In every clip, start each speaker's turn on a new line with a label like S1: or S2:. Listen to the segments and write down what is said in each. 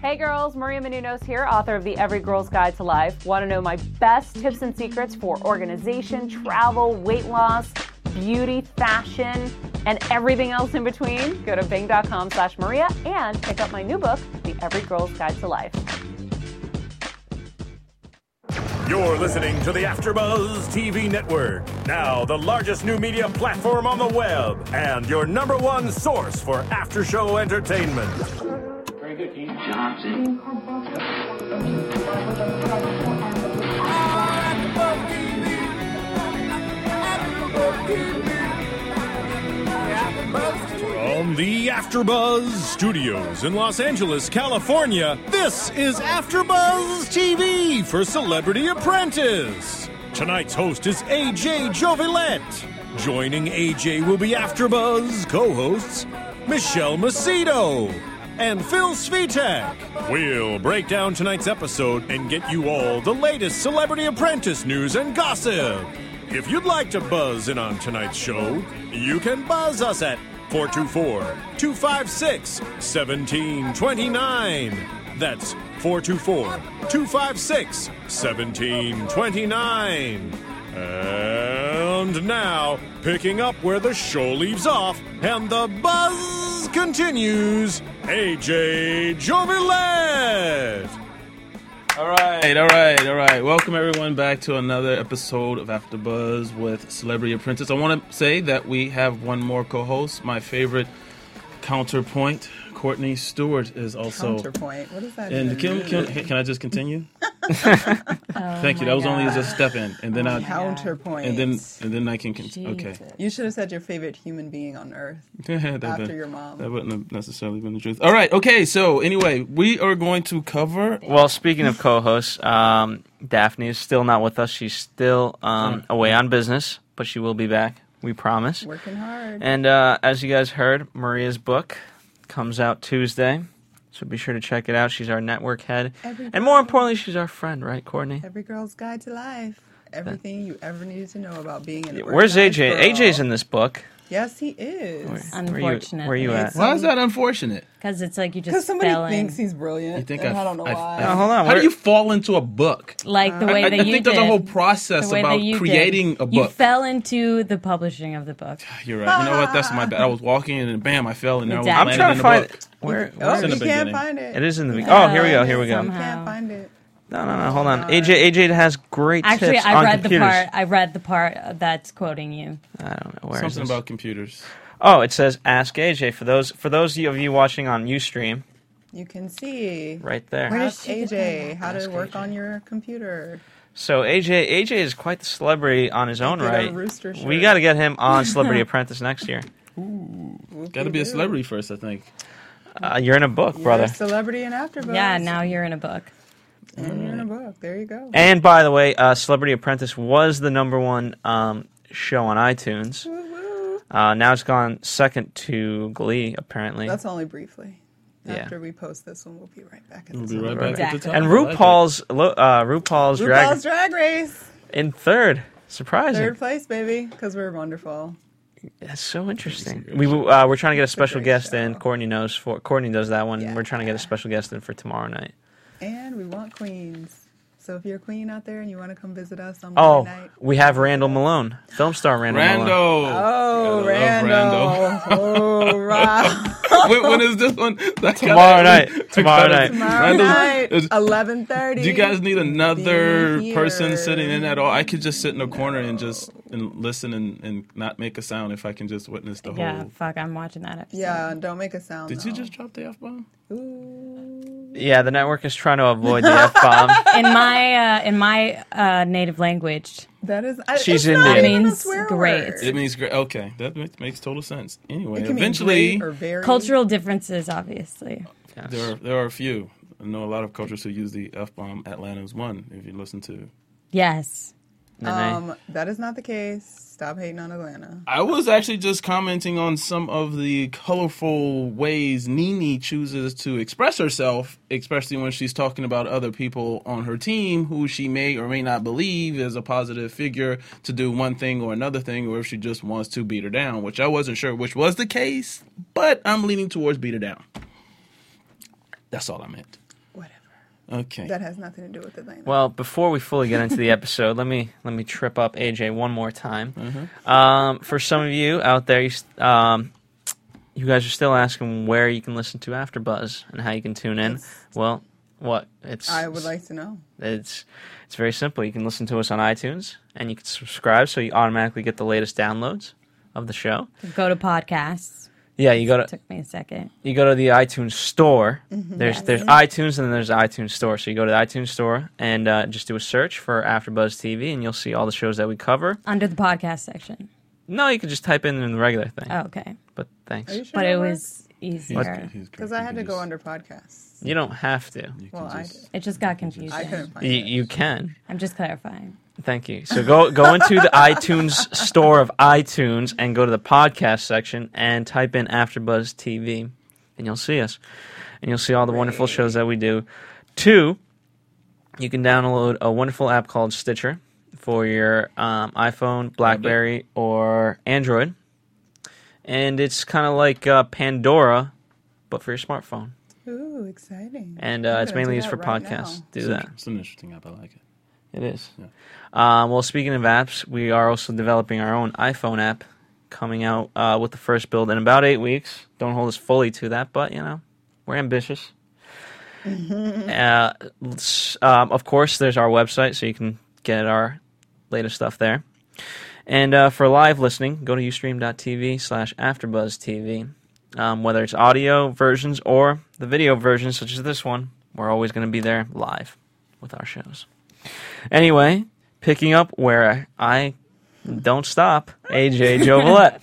S1: Hey girls, Maria Menounos here, author of The Every Girl's Guide to Life. Want to know my best tips and secrets for organization, travel, weight loss, beauty, fashion, and everything else in between? Go to bing.com slash Maria and pick up my new book, The Every Girl's Guide to Life.
S2: You're listening to the AfterBuzz TV Network, now the largest new media platform on the web, and your number one source for after-show entertainment.
S3: Very good, Dean. Johnson.
S2: From the AfterBuzz Studios in Los Angeles, California, this is AfterBuzz TV for Celebrity Apprentice. Tonight's host is AJ Jovilette. Joining AJ will be AfterBuzz co-hosts Michelle Macedo and Phil Svitek. We'll break down tonight's episode and get you all the latest Celebrity Apprentice news and gossip. If you'd like to buzz in on tonight's show, you can buzz us at 424 256 1729. That's 424 256 1729. And now, picking up where the show leaves off and the buzz continues, AJ Jovillet.
S4: All right, all right, all right. Welcome everyone back to another episode of After Buzz with Celebrity Apprentice. I want to say that we have one more co-host, my favorite counterpoint, Courtney Stewart is also.
S5: counterpoint. Oh What does that
S4: And
S5: even
S4: Kim,
S5: mean?
S4: can, can I just continue? Thank you. That was only as a step in, and then I,
S5: counterpoint.
S4: and then and then I can. Con- okay.
S5: you should have said your favorite human being on earth.
S4: that,
S5: After
S4: that-
S5: your mom.
S4: That wouldn't have necessarily been the truth. All right. Okay. So anyway, we are going to cover.
S6: Well, speaking of co-hosts, um, Daphne is still not with us. She's still um, away on business, but she will be back. We promise.
S5: Working hard.
S6: And uh, as you guys heard, Maria's book comes out Tuesday, so be sure to check it out. She's our network head, and more importantly, she's our friend, right, Courtney?
S5: Every girl's guide to life. Everything you ever needed to know about being an
S6: Where's
S5: organized
S6: AJ?
S5: girl.
S6: AJ's in this book.
S5: Yes, he is.
S6: Where are
S7: Unfortunately,
S6: you, where you at?
S4: Why is that unfortunate?
S7: Because it's like you
S5: Because
S7: just
S5: somebody
S7: fell in.
S5: thinks he's brilliant.
S4: You think
S5: and
S4: I-
S5: I, don't know
S4: I-
S5: why.
S6: Now, hold on.
S4: How
S6: where-
S4: do you fall into a book?
S7: like the way
S4: I,
S7: that
S4: I
S7: you
S4: think
S7: did.
S4: there's a whole process
S7: the way
S4: about
S7: that you did.
S4: creating a
S7: You
S4: book.
S7: fell into the publishing of the book.
S4: You're right. You know what? That's my bad. I was walking and bam, I fell and now
S7: Exactly.
S4: I'm
S6: I'm trying to find
S4: book.
S6: where.
S5: Oh,
S4: It's in
S5: you
S4: the
S5: can't
S4: beginning.
S5: find it.
S6: It is in the. Oh, here we go. Here we
S5: You
S6: go.
S5: can't
S7: Somehow.
S5: find it.
S6: No, no, no. Hold on. AJ, AJ has great
S7: Actually,
S6: tips
S7: I
S6: on
S7: read the
S6: computers.
S7: part. I read the part that's quoting you.
S6: I don't know where. is
S4: Something
S6: this?
S4: about computers.
S6: Oh, it says Ask AJ for those for those of you watching on UStream
S5: You can see.
S6: right there.
S7: Where
S5: Ask
S7: does she get
S5: AJ how to
S6: Ask
S5: work
S6: AJ.
S5: on your computer.
S6: So AJ AJ is quite the celebrity on his own
S5: Get a
S6: right.
S5: rooster shirt.
S6: We got to get him on Celebrity Apprentice next year.
S4: Got to be a celebrity first, I think.
S6: Uh, you're in a book,
S5: You're
S6: brother.
S5: a celebrity and afterbuzz.
S7: Yeah, now you're in a book.
S5: and you're in a book. There you go.
S6: And by the way, uh, Celebrity Apprentice was the number one um, show on iTunes.
S5: Woo-woo.
S6: Uh, now it's gone second to Glee, apparently.
S5: That's only briefly.
S6: Yeah.
S5: After we post this one, we'll be right back. At
S4: We'll
S5: this
S4: be
S5: one.
S4: right back
S7: Exactly.
S4: at the top.
S6: and
S4: I like it.
S6: RuPaul's lo- uh, RuPaul's, Drag
S5: RuPaul's Drag Race,
S6: in third. Surprising.
S5: third place, baby, because we're wonderful.
S6: That's so interesting. We uh, we're trying to get a special
S5: great
S6: guest
S5: show.
S6: in. Courtney knows for Courtney does that one.
S5: Yeah.
S6: We're trying to get a special guest in for tomorrow night.
S5: And we want queens. So if you're a queen out there and you want to come visit us on
S6: Oh,
S5: Monday night,
S6: we have Randall Malone, film star Randall. Malone.
S4: Rando. I love
S5: oh Randall, oh Rob,
S4: Wait, when is this one? That
S6: Tomorrow
S4: gotta-
S6: night. Tomorrow night.
S5: tomorrow
S4: Randall's-
S5: night,
S4: is-
S5: eleven thirty.
S4: Do you guys need another
S5: Be
S4: person
S5: here.
S4: sitting in at all? I could just sit in a corner and just and listen and, and not make a sound if I can just witness the
S7: Yeah,
S4: whole.
S7: fuck, I'm watching that episode.
S5: Yeah, and don't make a sound.
S4: Did you
S5: though.
S4: just drop the f bomb?
S5: Ooh.
S6: Yeah, the network is trying to avoid the f bomb.
S7: In my uh, in my uh, native language,
S5: That is. I,
S6: She's
S5: it's not
S6: Indian.
S5: even a
S7: Means
S5: swear
S7: great.
S5: word.
S4: It means great. Okay, that makes, makes total sense. Anyway,
S5: It can mean
S4: eventually
S5: great or very.
S7: cultural differences, obviously.
S4: there are, there are a few. I know a lot of cultures who use the f bomb. Atlanta's one. If you listen to,
S7: Yes.
S6: And I-
S5: Um, that is not the case. Stop hating on Atlanta.
S4: I was actually just commenting on some of the colorful ways Nene chooses to express herself, especially when she's talking about other people on her team who she may or may not believe is a positive figure to do one thing or another thing, or if she just wants to beat her down, which I wasn't sure which was the case, but I'm leaning towards beat her down. That's all I meant.
S5: Whatever.
S4: Okay.
S5: That has nothing to do with Atlanta.
S6: Well, before we fully get into the episode, let me let me trip up AJ one more time. Um, for some of you out there, you, s- um, you guys are still asking where you can listen to AfterBuzz and how you can tune in. well, what it's
S5: I would like to know.
S6: it's it's very simple. You can listen to us on iTunes and you can subscribe, so you automatically get the latest downloads of the show.
S7: Go to podcasts.
S6: Yeah, you go to
S7: Took me a second.
S6: you go to the iTunes store.
S5: Mm-hmm.
S6: There's there's iTunes and then there's the iTunes store. So you go to the iTunes store and uh, just do a search for AfterBuzz TV, and you'll see all the shows that we cover.
S7: Under the podcast section.
S6: No, you can just type in the regular thing.
S7: Oh, okay.
S6: But thanks.
S5: Are you sure
S7: But it
S5: that works?
S7: was easier.
S5: Because I had to go under podcasts.
S6: You don't have to.
S5: Well, I,
S7: It just got
S5: I
S7: confusing.
S5: couldn't find
S6: You,
S5: it.
S6: you can.
S7: I'm just clarifying.
S6: Thank you. So go go into the iTunes store of iTunes and go to the podcast section and type in AfterBuzz TV, and you'll see us, and you'll see all the wonderful shows that we do. Two, you can download a wonderful app called Stitcher for your um, iPhone, BlackBerry, or Android, and it's kind of like uh, Pandora, but for your smartphone.
S5: Ooh, exciting.
S6: And
S5: I'm
S6: uh, it's
S5: gonna
S6: mainly
S5: do
S6: used
S5: that
S6: for
S5: right
S6: podcasts.
S5: now.
S6: Do that.
S4: It's an interesting app. I like it.
S6: It is. Um, well, speaking of apps, we are also developing our own iPhone app, coming out uh, with the first build in about eight weeks. Don't hold us fully to that, but you know, we're ambitious. uh, s- um, of course, there's our website, so you can get our latest stuff there. And uh, for live listening, go to ustream.tv slash AfterBuzzTV. Um, whether it's audio versions or the video versions, such as this one, we're always going to be there live with our shows. Anyway, picking up where I don't stop, AJ Jovalet.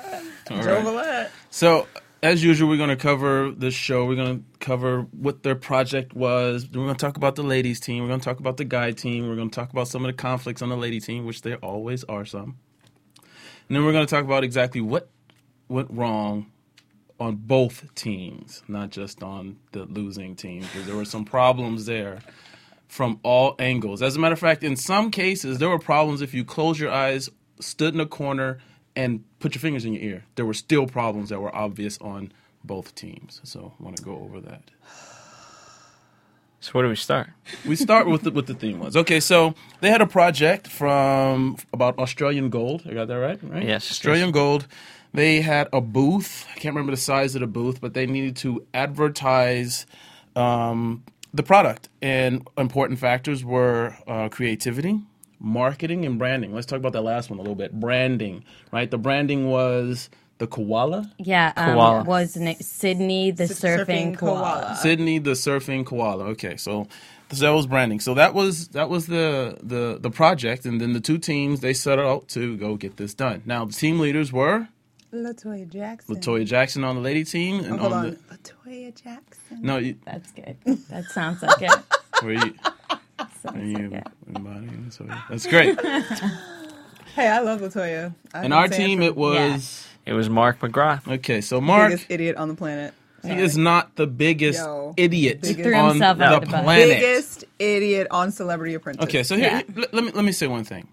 S5: Joe Valette.
S4: So, as usual, we're going to cover the show. We're going to cover what their project was. We're going to talk about the ladies' team. We're going to talk about the guy team. We're going to talk about some of the conflicts on the lady team, which there always are some. And then we're going to talk about exactly what went wrong on both teams, not just on the losing team, because there were some problems there from all angles. As a matter of fact, in some cases, there were problems if you closed your eyes, stood in a corner, and put your fingers in your ear. There were still problems that were obvious on both teams. So I want to go over that.
S6: So where do we start?
S4: We start with the, with the theme ones. Okay, so they had a project from about Australian gold. I got that right, right?
S6: Yes,
S4: Australian
S6: yes.
S4: gold. They had a booth. I can't remember the size of the booth, but they needed to advertise um, the product. And important factors were uh, creativity, marketing, and branding. Let's talk about that last one a little bit. Branding, right? The branding was the koala.
S7: Yeah. Um,
S6: Koala.
S7: Was na- Sydney the surfing,
S5: surfing
S7: koala?
S4: Sydney the surfing koala. Okay, so so that was branding. So that was that was the the the project, and then the two teams they set out to go get this done. Now the team leaders were
S5: Latoya Jackson.
S4: Latoya Jackson on the lady team, and
S5: Oh, hold on.
S4: the
S5: Latoya Jackson.
S4: no, you,
S7: That's good. That sounds like it.
S4: were you,
S7: Sounds
S4: are
S7: like
S4: you
S7: it.
S4: embodying? Sorry. That's great.
S5: Hey, I love Latoya. I've
S4: And
S5: been
S4: our
S5: saying
S4: team, it was
S6: It was Mark McGrath.
S4: okay. So
S5: the
S4: Mark.
S5: biggest idiot on the planet.
S4: He is not the biggest
S5: Yo.
S4: idiot
S5: Threw
S4: on
S7: himself
S4: the
S7: under the bus.
S4: planet.
S5: Biggest idiot on Celebrity Apprentice.
S4: Okay, so here, l- let me let me say one thing.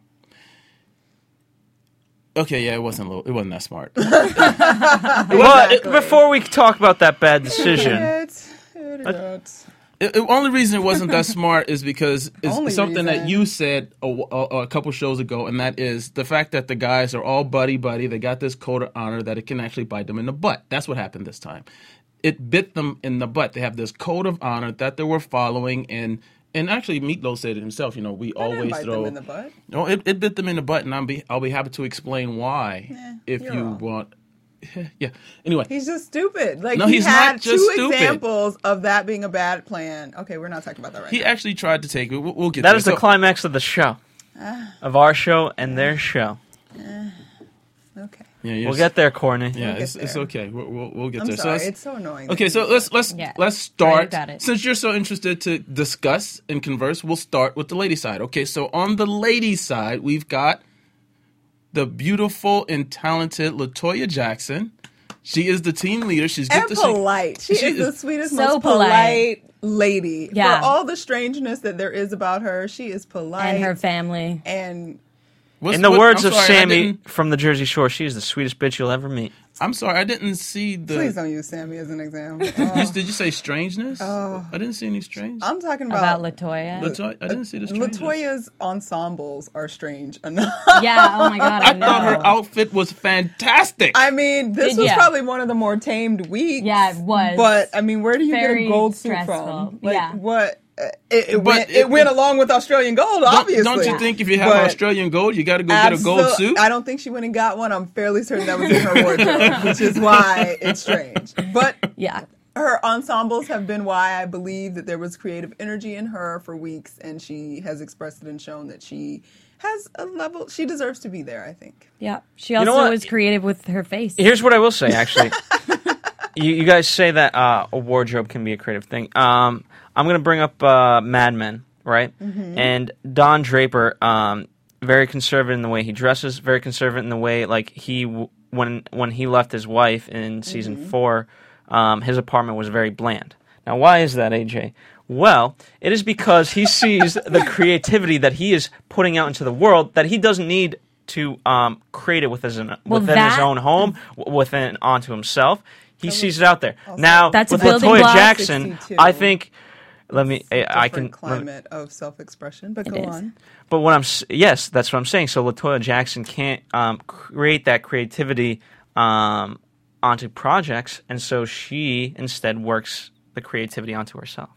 S4: Okay, yeah, it wasn't a little, it wasn't that smart.
S6: Well, before we talk about that bad decision,
S5: Idiot. Idiot.
S4: It- it- only reason it wasn't that smart is because it's
S5: Only
S4: something that
S5: reason.
S4: you said a, w- a- a couple shows ago, and that is the fact that the guys are all buddy buddy. They got this code of honor that it can actually bite them in the butt. That's what happened this time. It bit them in the butt. They have this code of honor that they were following, and and actually Meatloaf said it himself. You know, we
S5: I didn't
S4: always
S5: bite
S4: throw
S5: them in the butt.
S4: No, it, it bit them in the butt, and I'll be I'll be happy to explain why if you
S5: you're wrong.
S4: want. yeah. Anyway,
S5: He's just stupid. Like
S4: No,
S5: he
S4: he's not
S5: had
S4: just
S5: two
S4: stupid.
S5: examples of that being a bad plan. Okay, we're not talking about that right
S4: he
S5: now.
S4: actually tried to take it. We'll, we'll get
S6: that
S4: there.
S6: is the
S4: So-
S6: climax of the show,
S4: Ah.
S6: of our show and their show.
S5: Okay,
S4: Yeah, yes.
S6: We'll get there, Corny.
S4: Yeah,
S5: get
S4: it's, it's
S5: there.
S4: okay. We'll, we'll, we'll get
S5: I'm
S4: there.
S5: sorry.
S4: so
S5: it's
S4: let's,
S5: so annoying. that
S4: okay,
S5: he
S4: so uh,
S5: did
S4: let's let's
S7: Yeah.
S4: let's
S7: Right, you
S4: start.
S7: got it.
S4: Since you're so interested to discuss and converse, we'll start with the lady side. Okay, so on the lady side, we've got the beautiful and talented Latoya Jackson. She is the team leader. She's
S5: that.
S4: good to
S5: and
S4: see-
S5: polite. She,
S4: She
S5: is,
S4: is-
S5: the sweetest,
S7: So
S5: most
S7: polite.
S5: polite, lady.
S7: Yeah.
S5: For all the strangeness that there is about her, she is polite
S7: And her family.
S5: and
S4: What's-
S6: In the
S4: what-
S6: words
S4: I'm
S6: of
S4: sorry, I
S6: Sammy
S4: didn't-
S6: from the Jersey Shore, she is the sweetest bitch you'll ever meet.
S4: I'm sorry, I didn't see the.
S5: Please don't use Sammy as an example.
S4: You-
S5: Oh,
S4: did you say strangeness? Oh. I didn't see any strange.
S5: I'm talking
S7: about
S5: about,
S7: Latoya.
S4: Latoya, I didn't see the strangeness.
S5: Latoya's ensembles are strange enough.
S7: yeah. Oh my god. I,
S4: I thought her
S7: know.
S4: outfit was fantastic.
S5: I mean, this
S7: Did
S5: was
S7: ya?
S5: probably one of the more tamed weeks.
S7: Yeah, it was.
S5: But I mean, where do you get
S7: Very
S5: a gold suit
S7: stressful.
S5: from? Like,
S7: Yeah.
S5: What? uh, It, it
S4: But
S5: went. It,
S4: it-
S5: went along with Australian gold,
S4: Don't-
S5: obviously.
S4: Don't you think if you have
S5: But
S4: Australian gold, you got to go get a gold
S5: absol-
S4: suit?
S5: I don't think she went and got one. I'm fairly certain that was in her wardrobe, which is why it's strange. But
S7: yeah.
S5: her ensembles have been why I believe that there was creative energy in her for weeks, and she has expressed it and shown that she has a level. She deserves to be there. I think.
S7: Yeah. She
S6: know
S7: also
S6: what?
S7: was creative with her face.
S6: Here's what I will say, actually. you, you guys say that uh, a wardrobe can be a creative thing. Um, I'm going to bring up uh, Mad Men, right? And Don Draper, um, very conservative in the way he dresses, very conservative in the way, like, he, w- when, when he left his wife in season four, um, his apartment was very bland. Now, why is that, AJ? Well, it is because he sees the creativity that he is putting out into the world that he doesn't need to um, create it with his, within his
S7: that-
S6: own home w- within onto himself. He sees it out there. Now
S7: That's a
S6: with
S7: building
S6: Latoya
S7: block.
S6: Jackson,
S5: 62.
S6: I think. Let me. I, I
S5: Different
S6: can. let me-
S5: climate of self-expression, but go
S7: is.
S5: on.
S6: but what I'm s- yes, that's what I'm saying. So Latoya Jackson can't um, create that creativity um, onto projects, and so she instead works the creativity onto herself.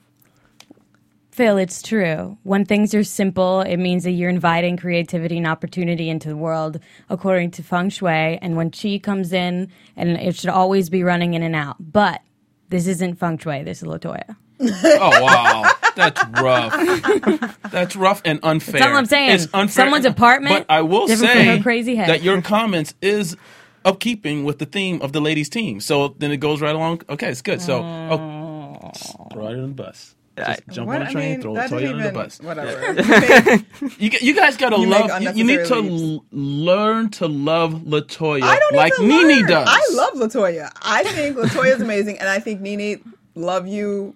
S7: Phil, it's true. When things are simple, it means that you're inviting creativity and opportunity into the world according to feng shui. And when qi comes in, and it should always be running in and out. But this isn't feng shui. This is Latoya.
S4: Oh wow, that's rough. That's rough and unfair.
S7: That's all I'm saying.
S4: It's unfair.
S7: Someone's apartment,
S4: But I will
S7: different
S4: say
S7: from her crazy head.
S4: that your comments is upkeeping with the theme of the ladies' team. So then it goes right along. Okay, it's good. So oh, throw it on the bus. Just jump
S5: What
S4: on a
S5: I
S4: train,
S5: mean,
S4: throw
S5: that
S4: Latoya
S5: didn't
S4: under the
S5: even.
S4: bus.
S5: Whatever.
S4: You, g- you guys gotta
S5: You make
S4: love. You, you need to
S5: unnecessary
S4: l- learn to love Latoya
S5: I don't
S4: like
S5: even
S4: Nene
S5: learn.
S4: does.
S5: I love Latoya. I think Latoya's amazing, and I think Nene love you.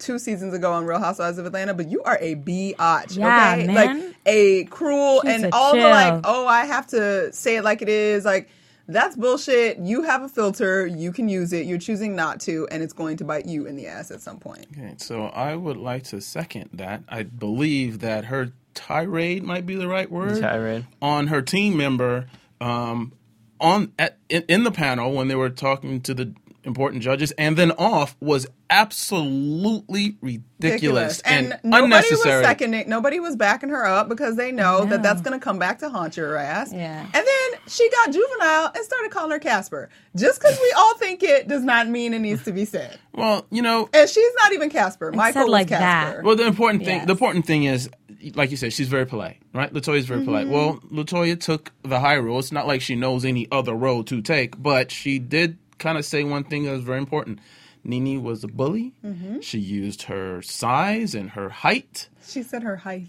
S5: Two seasons ago on Real Housewives of Atlanta, but you are a biatch,
S7: Yeah, man.
S5: okay? Like a cruel
S7: She's
S5: and
S7: a
S5: all the
S7: chill.
S5: like. Oh, I have to say it like it is. Like that's bullshit. You have a filter. You can use it. You're choosing not to, and it's going to bite you in the ass at some point.
S4: Okay, so I would like to second that. I believe that her tirade might be the right word.
S6: Tirade.
S4: on her team member um, on at, in, in the panel when they were talking to the important judges, and then off was absolutely ridiculous, and,
S5: nobody
S4: unnecessary.
S5: was seconding. Nobody was backing her up because they know, that that's going to come back to haunt your ass.
S7: Yeah.
S5: And then she got juvenile and started calling her Casper. Just because we all think it does not mean it needs to be said.
S4: well, you know,
S5: And she's not even Casper. Michael was
S7: like that.
S5: Casper.
S4: Well, the important thing,
S7: Yes.
S4: the important thing is, like you said, she's very polite, right? Latoya's very polite. Well, Latoya took the high road. It's not like she knows any other road to take, but she did kind of say one thing that was very important. Nini was a bully. She used her size and her height.
S5: She said her height.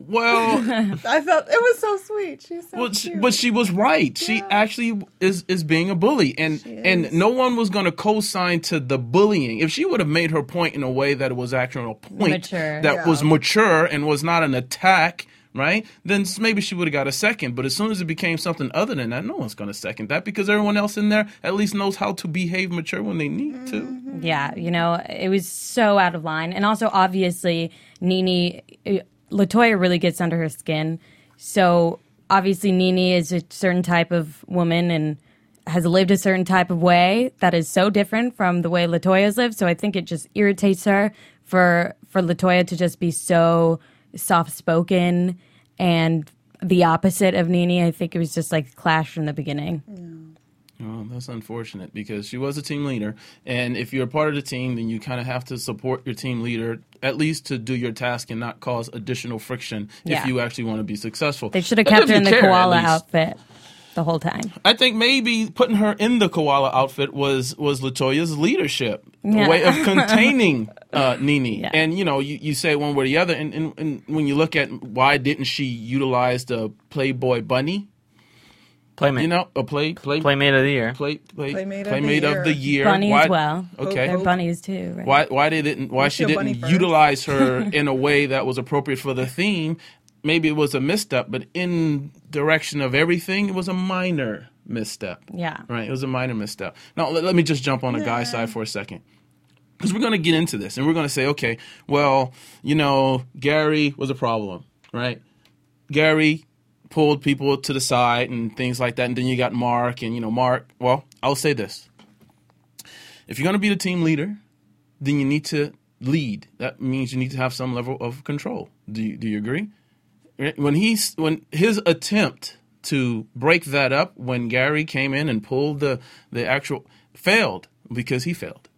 S4: Well,
S5: I felt it was so sweet. She said,
S4: but, she, but she was right. She actually is is being a bully, and and
S5: is.
S4: no one was going to co-sign to the bullying. If she would have made her point in a way that was actually a point
S7: Mature.
S4: that was
S5: Yeah.
S4: mature and was not an attack, right? Then s- maybe she would have got a second. But as soon as it became something other than that, no one's going to second that because everyone else in there at least knows how to behave mature when they need
S5: Mm-hmm.
S4: to.
S7: Yeah, you know, it was so out of line. And also, obviously, Nini, eh, Latoya really gets under her skin. So, obviously, Nini is a certain type of woman and has lived a certain type of way that is so different from the way Latoya's lived. So, I think it just irritates her for, for Latoya to just be so soft spoken and the opposite of Nini. I think it was just like clash from the beginning.
S4: Oh, that's unfortunate because she was a team leader, and if you're a part of the team, then you kind of have to support your team leader at least to do your task and not cause additional friction
S7: Yeah.
S4: if you actually want to be successful.
S7: They should have
S4: But
S7: kept
S4: if
S7: her
S4: you
S7: in the
S4: care, at
S7: koala
S4: least.
S7: outfit the whole time.
S4: I think maybe putting her in the koala outfit was was Latoya's leadership,
S7: Yeah.
S4: a way of containing uh, Nini.
S7: Yeah.
S4: And you know, you, you say one way or the other, and, and, and when you look at why didn't she utilize the Playboy bunny?
S6: Playmate.
S4: You know, a play play
S6: Playmate of the year.
S4: play, play
S5: Playmate of the
S4: of the
S5: year.
S4: year.
S7: Bunny
S4: Why-
S7: as well.
S4: Okay.
S7: They're bunnies too, right?
S4: Why why they didn't why she
S5: a bunny
S4: didn't
S5: first.
S4: utilize her in a way that was appropriate for the theme? Maybe it was a misstep, but in direction of everything, it was a minor misstep.
S7: Yeah.
S4: Right? It was a minor misstep. Now, let, let me just jump on the guy side for a second. Because we're going to get into this and we're going to say, okay, well, you know, Gary was a problem, right? Gary pulled people to the side and things like that. And then you got Mark, and, you know, Mark, well, I'll say this. If you're going to be the team leader, then you need to lead. That means you need to have some level of control. Do you, do you agree? Right? When he's when his attempt to break that up when Gary came in and pulled the the actual failed because he failed.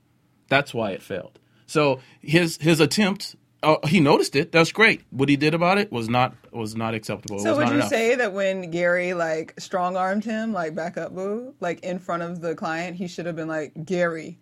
S4: That's why it failed. So his his attempt uh, he noticed it. That's great. What he did about it was not was not acceptable. It
S5: So
S4: was
S5: would
S4: not
S5: you
S4: enough.
S5: say that when Gary like strong armed him, like back up boo, like in front of the client, he should have been like Gary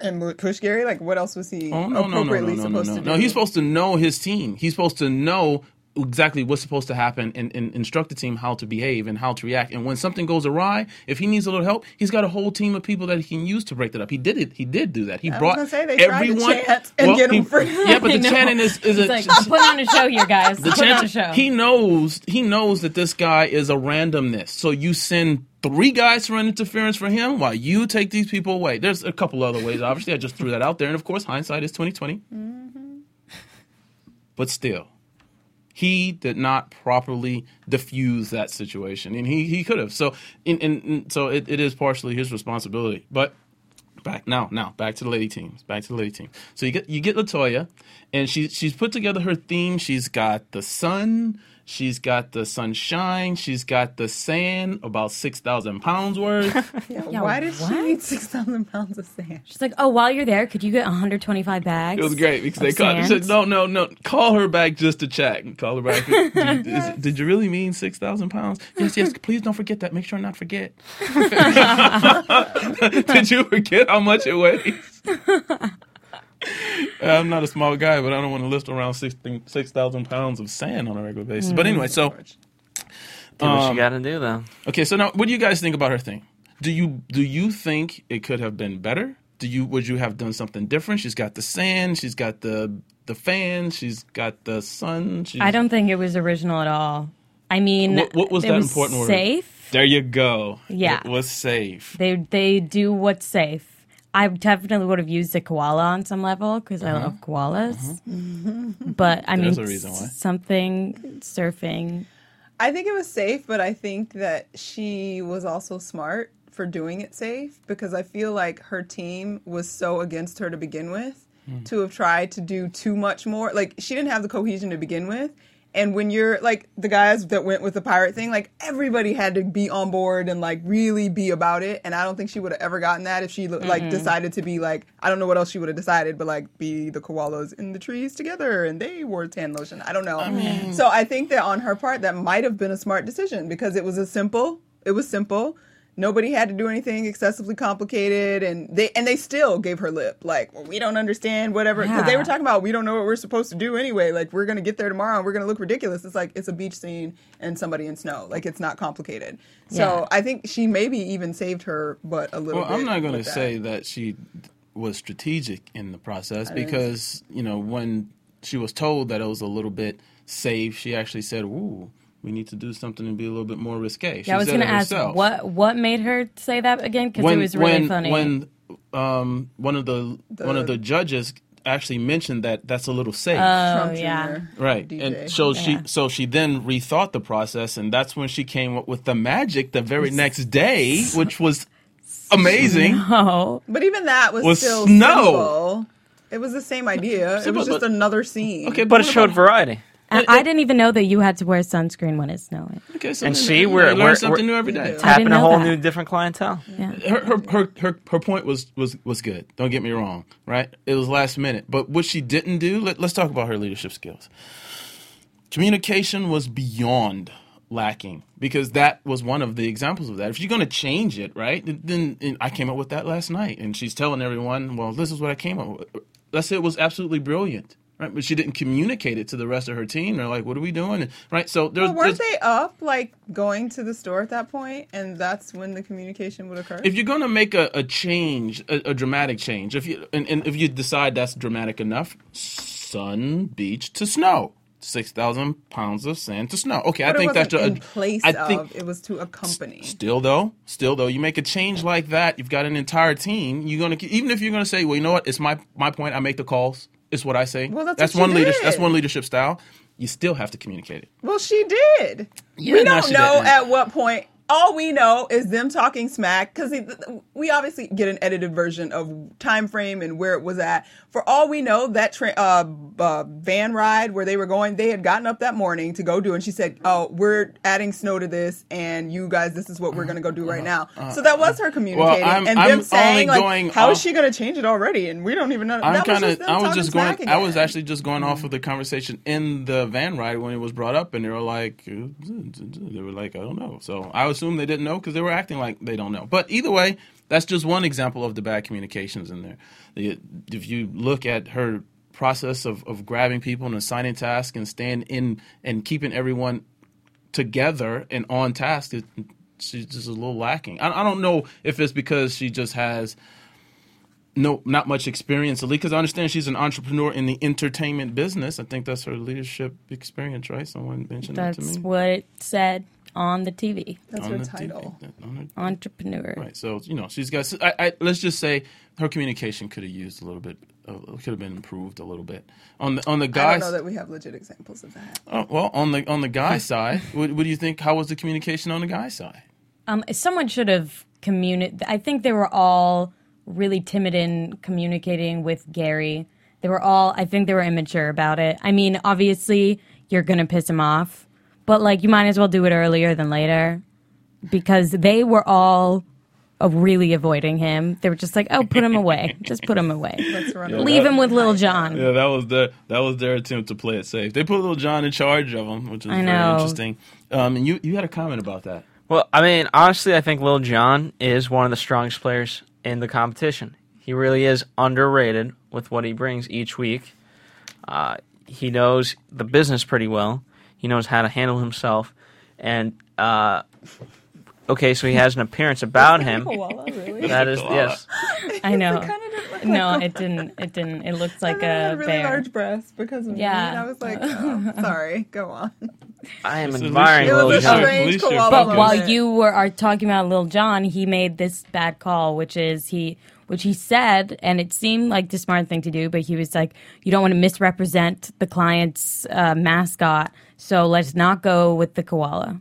S5: and mo- push Gary? Like what else was he
S4: Oh, no, no, no, no,
S5: appropriately
S4: no, no,
S5: supposed
S4: no.
S5: to do?
S4: No, he's supposed to know his team. He's supposed to know exactly what's supposed to happen and, and instruct the team how to behave and how to react. And when something goes awry, if he needs a little help, he's got a whole team of people that he can use to break that up. He did it. He did do that. He brought
S5: gonna say, they tried to
S4: everyone.
S5: chant and get him
S4: he-
S5: free.
S4: Yeah, but the
S7: know.
S4: chanting is, is a
S7: It's like, I'm putting on a show here, guys. I'm putting on a
S4: chance-
S7: show.
S4: he knows he knows that this guy is a randomness. So you send three guys for an interference for him while you take these people away. There's a couple other ways. Obviously, I just threw that out there, and of course, hindsight is twenty But still, he did not properly diffuse that situation, and he he could have. So and, and, and so it, it is partially his responsibility, but back now now back to the lady teams back to the lady team so you get you get latoya and she she's put together her theme she's got the sun she's got the sunshine she's got the sand about 6000 pounds worth
S5: Yeah,
S7: Yeah,
S5: why did she
S7: what?
S5: need six thousand pounds of sand?
S7: She's like, oh, while you're there, could you get 125 bags?
S4: it was great because they
S7: Of
S4: called
S7: sand?
S4: said, no no no call her back just to check call her back did, you- is- did you really mean 6000 pounds yes yes please don't forget that make sure not forget did you forget how much it weighs I'm not a small guy, but I don't want to lift around 16 6,000 pounds of sand on a regular basis. But anyway, so
S6: Do
S4: um,
S6: what you got to do, though.
S4: okay, so now what do you guys think about her thing? Do you do you think it could have been better? Do you would you have done something different? She's got the sand, she's got the the fan, she's got the sun. She's,
S7: I don't think it was original at all. I mean,
S4: What- what was
S7: it
S4: that important word?
S7: Safe.
S4: There you go.
S7: Yeah.
S4: it was safe.
S7: They they do what's safe. I definitely would have used a koala on some level because I love koalas. Mm-hmm. But I
S4: Uh-huh. There's
S7: mean,
S4: a reason why.
S7: s- something surfing.
S5: I think it was safe, but I think that she was also smart for doing it safe because I feel like her team was so against her to begin with to have tried to do too much more. Like she didn't have the cohesion to begin with. And when you're like the guys that went with the pirate thing, like everybody had to be on board and like really be about it. And I don't think she would have ever gotten that if she like decided to be like I don't know what else she would have decided, but like be the koalas in the trees together and they wore tan lotion. I don't know. Mm-hmm. so I think that on her part, that might have been a smart decision because it was a simple. It was simple. Nobody had to do anything excessively complicated, and they and they still gave her lip like well, we don't understand whatever because they
S7: Yeah.
S5: were talking about we don't know what we're supposed to do anyway. Like we're gonna get there tomorrow and we're gonna look ridiculous. It's like it's a beach scene and somebody in snow. Like it's not complicated. So
S7: Yeah.
S5: I think she maybe even saved her butt a little.
S4: Well, I'm
S5: bit
S4: not going to
S5: with that.
S4: say that she was strategic in the process because you know when she was told that it was a little bit safe, she actually said, "Ooh, we need to do something and be a little bit more risque." She
S7: Yeah, I was
S4: said
S7: going to
S4: it
S7: ask
S4: herself.
S7: what what made her say that again because it was really
S4: when,
S7: funny.
S4: When um, one of the, one of the judges actually mentioned that that's a little safe.
S7: oh
S5: Trump
S7: yeah,
S5: Jr.
S4: Right,
S5: DJ.
S4: and so she so she then rethought the process, and that's when she came up with the magic the very next day, which was amazing.
S7: oh
S5: But even that was,
S4: Was
S5: still
S4: snow.
S5: simple. It was the same idea. It was
S4: but-
S5: just another scene.
S4: Okay,
S6: But it
S4: what
S6: showed
S4: about-
S6: variety.
S7: I, I didn't even know that you had to wear sunscreen when it's snowing.
S4: Okay, so
S6: And
S4: then
S6: see,
S4: you
S6: we're-
S4: learn
S6: we're-
S4: something
S6: we're-
S4: new every day.
S7: I didn't
S6: Tapping a
S7: know
S6: whole
S7: that.
S6: new different clientele.
S4: Her, her her her her point was was was good. Don't get me wrong, right? It was last minute, but what she didn't do. Let, let's talk about her leadership skills. Communication was beyond lacking because that was one of the examples of that. If you're going to change it, right? th- Then and I came up with that last night, and she's telling everyone, "Well, this is what I came up with." Let's say it was absolutely brilliant. Right, but she didn't communicate it to the rest of her team. They're like, "What are we doing?" Right, so there's,
S5: But
S4: there's-
S5: weren't they up like going to the store at that point, and that's when the communication would occur?
S4: if you're going to make a, a change, a, a dramatic change, if you and, and if you decide that's dramatic enough, sun, beach to snow. six thousand pounds of sand to snow. Okay,
S5: But
S4: I
S5: it
S4: think
S5: wasn't
S4: that's a,
S5: in place
S4: I
S5: of.
S4: think
S5: it was to accompany.
S4: Still though, still though, you make a change like that, you've got an entire team. You're gonna even if you're gonna say, well, you know what, it's my my point. I make the calls. It's what I say.
S5: Well, that's what
S4: one
S5: you
S4: leadership.
S5: did.
S4: That's one leadership style. You still have to communicate it.
S5: well, she did. we
S4: no,
S5: don't
S4: she
S5: know
S4: didn't.
S5: at what point. All we know is them talking smack because we obviously get an edited version of time frame and where it was at. For all we know, that tra- uh, uh, van ride where they were going, they had gotten up that morning to go do, and she said, "Oh, we're adding snow to this, and you guys, this is what we're going to go do right now." so that was her communicating,
S4: Uh-huh. I'm-
S5: and
S4: I'm
S5: them saying,
S4: only
S5: like,
S4: going
S5: "How is
S4: off-
S5: she going to change it already?" And we don't even know.
S4: I'm
S5: that was
S4: kind
S5: just
S4: of.
S5: them
S4: I was
S5: talking
S4: just going.
S5: smack
S4: I was
S5: again. Mm-hmm.
S4: actually just going off of the conversation in the van ride when it was brought up, and they were like, they were like, I don't know. So I assume they didn't know because they were acting like they don't know. But either way, that's just one example of the bad communications in there. The- If you look at her process of, of grabbing people and assigning tasks and staying in and keeping everyone together and on task, it, she's just a little lacking. I, I don't know if it's because she just has no not much experience because I understand she's an entrepreneur in the entertainment business. I think that's her leadership experience, right? Someone mentioned that
S7: That's
S4: to me.
S7: what it said on the TV.
S5: That's
S4: On
S5: her
S4: the
S5: title.
S4: TV, on her-
S7: Entrepreneur.
S4: right. So you know she's got. I, I, let's just say her communication could have used a little bit. Uh, could have been improved a little bit on the on the
S5: I don't
S4: guys.
S5: know that we have legit examples of that.
S4: oh, well, on the on the guy side, what, what do you think? How was the communication on the guy side?
S7: Um, someone should have communicated. I think they were all really timid in communicating with Gary. They were all, I think they were immature about it. I mean, obviously, you're going to piss him off, but like, you might as well do it earlier than later because they were all uh, really avoiding him. They were just like, oh, put him away. Just put him away.
S5: Let's run
S7: Leave him with Little John.
S4: Yeah, that was their that was their attempt to play it safe. They put Little John in charge of him, which is
S7: I
S4: very
S7: know.
S4: interesting. Um, and you you had a comment about that.
S6: Well, I mean, honestly, I think Lil Jon is one of the strongest players in the competition. He really is underrated with what he brings each week. Uh, he knows the business pretty well. He knows how to handle himself, and uh, okay, so he has an appearance about him.
S5: really?
S6: That is
S4: Koala.
S6: yes.
S7: I know.
S5: look
S7: No, it didn't. It didn't. It looks like
S5: I
S7: a
S5: had really
S7: bear.
S5: large breasts because of
S7: Yeah.
S5: me. And I was like, oh, sorry, go on.
S6: I am
S4: It's a
S6: admiring
S4: leash-
S5: It
S6: Lil
S5: was a
S4: John.
S6: Jon.
S5: strange
S4: Alicia But
S5: koala.
S7: But
S4: Okay.
S5: moment.
S7: while you were are talking about Lil John, he made this bad call, which is he, which he said, and it seemed like the smart thing to do, but he was like, you don't want to misrepresent the client's uh, mascot, so let's not go with the koala.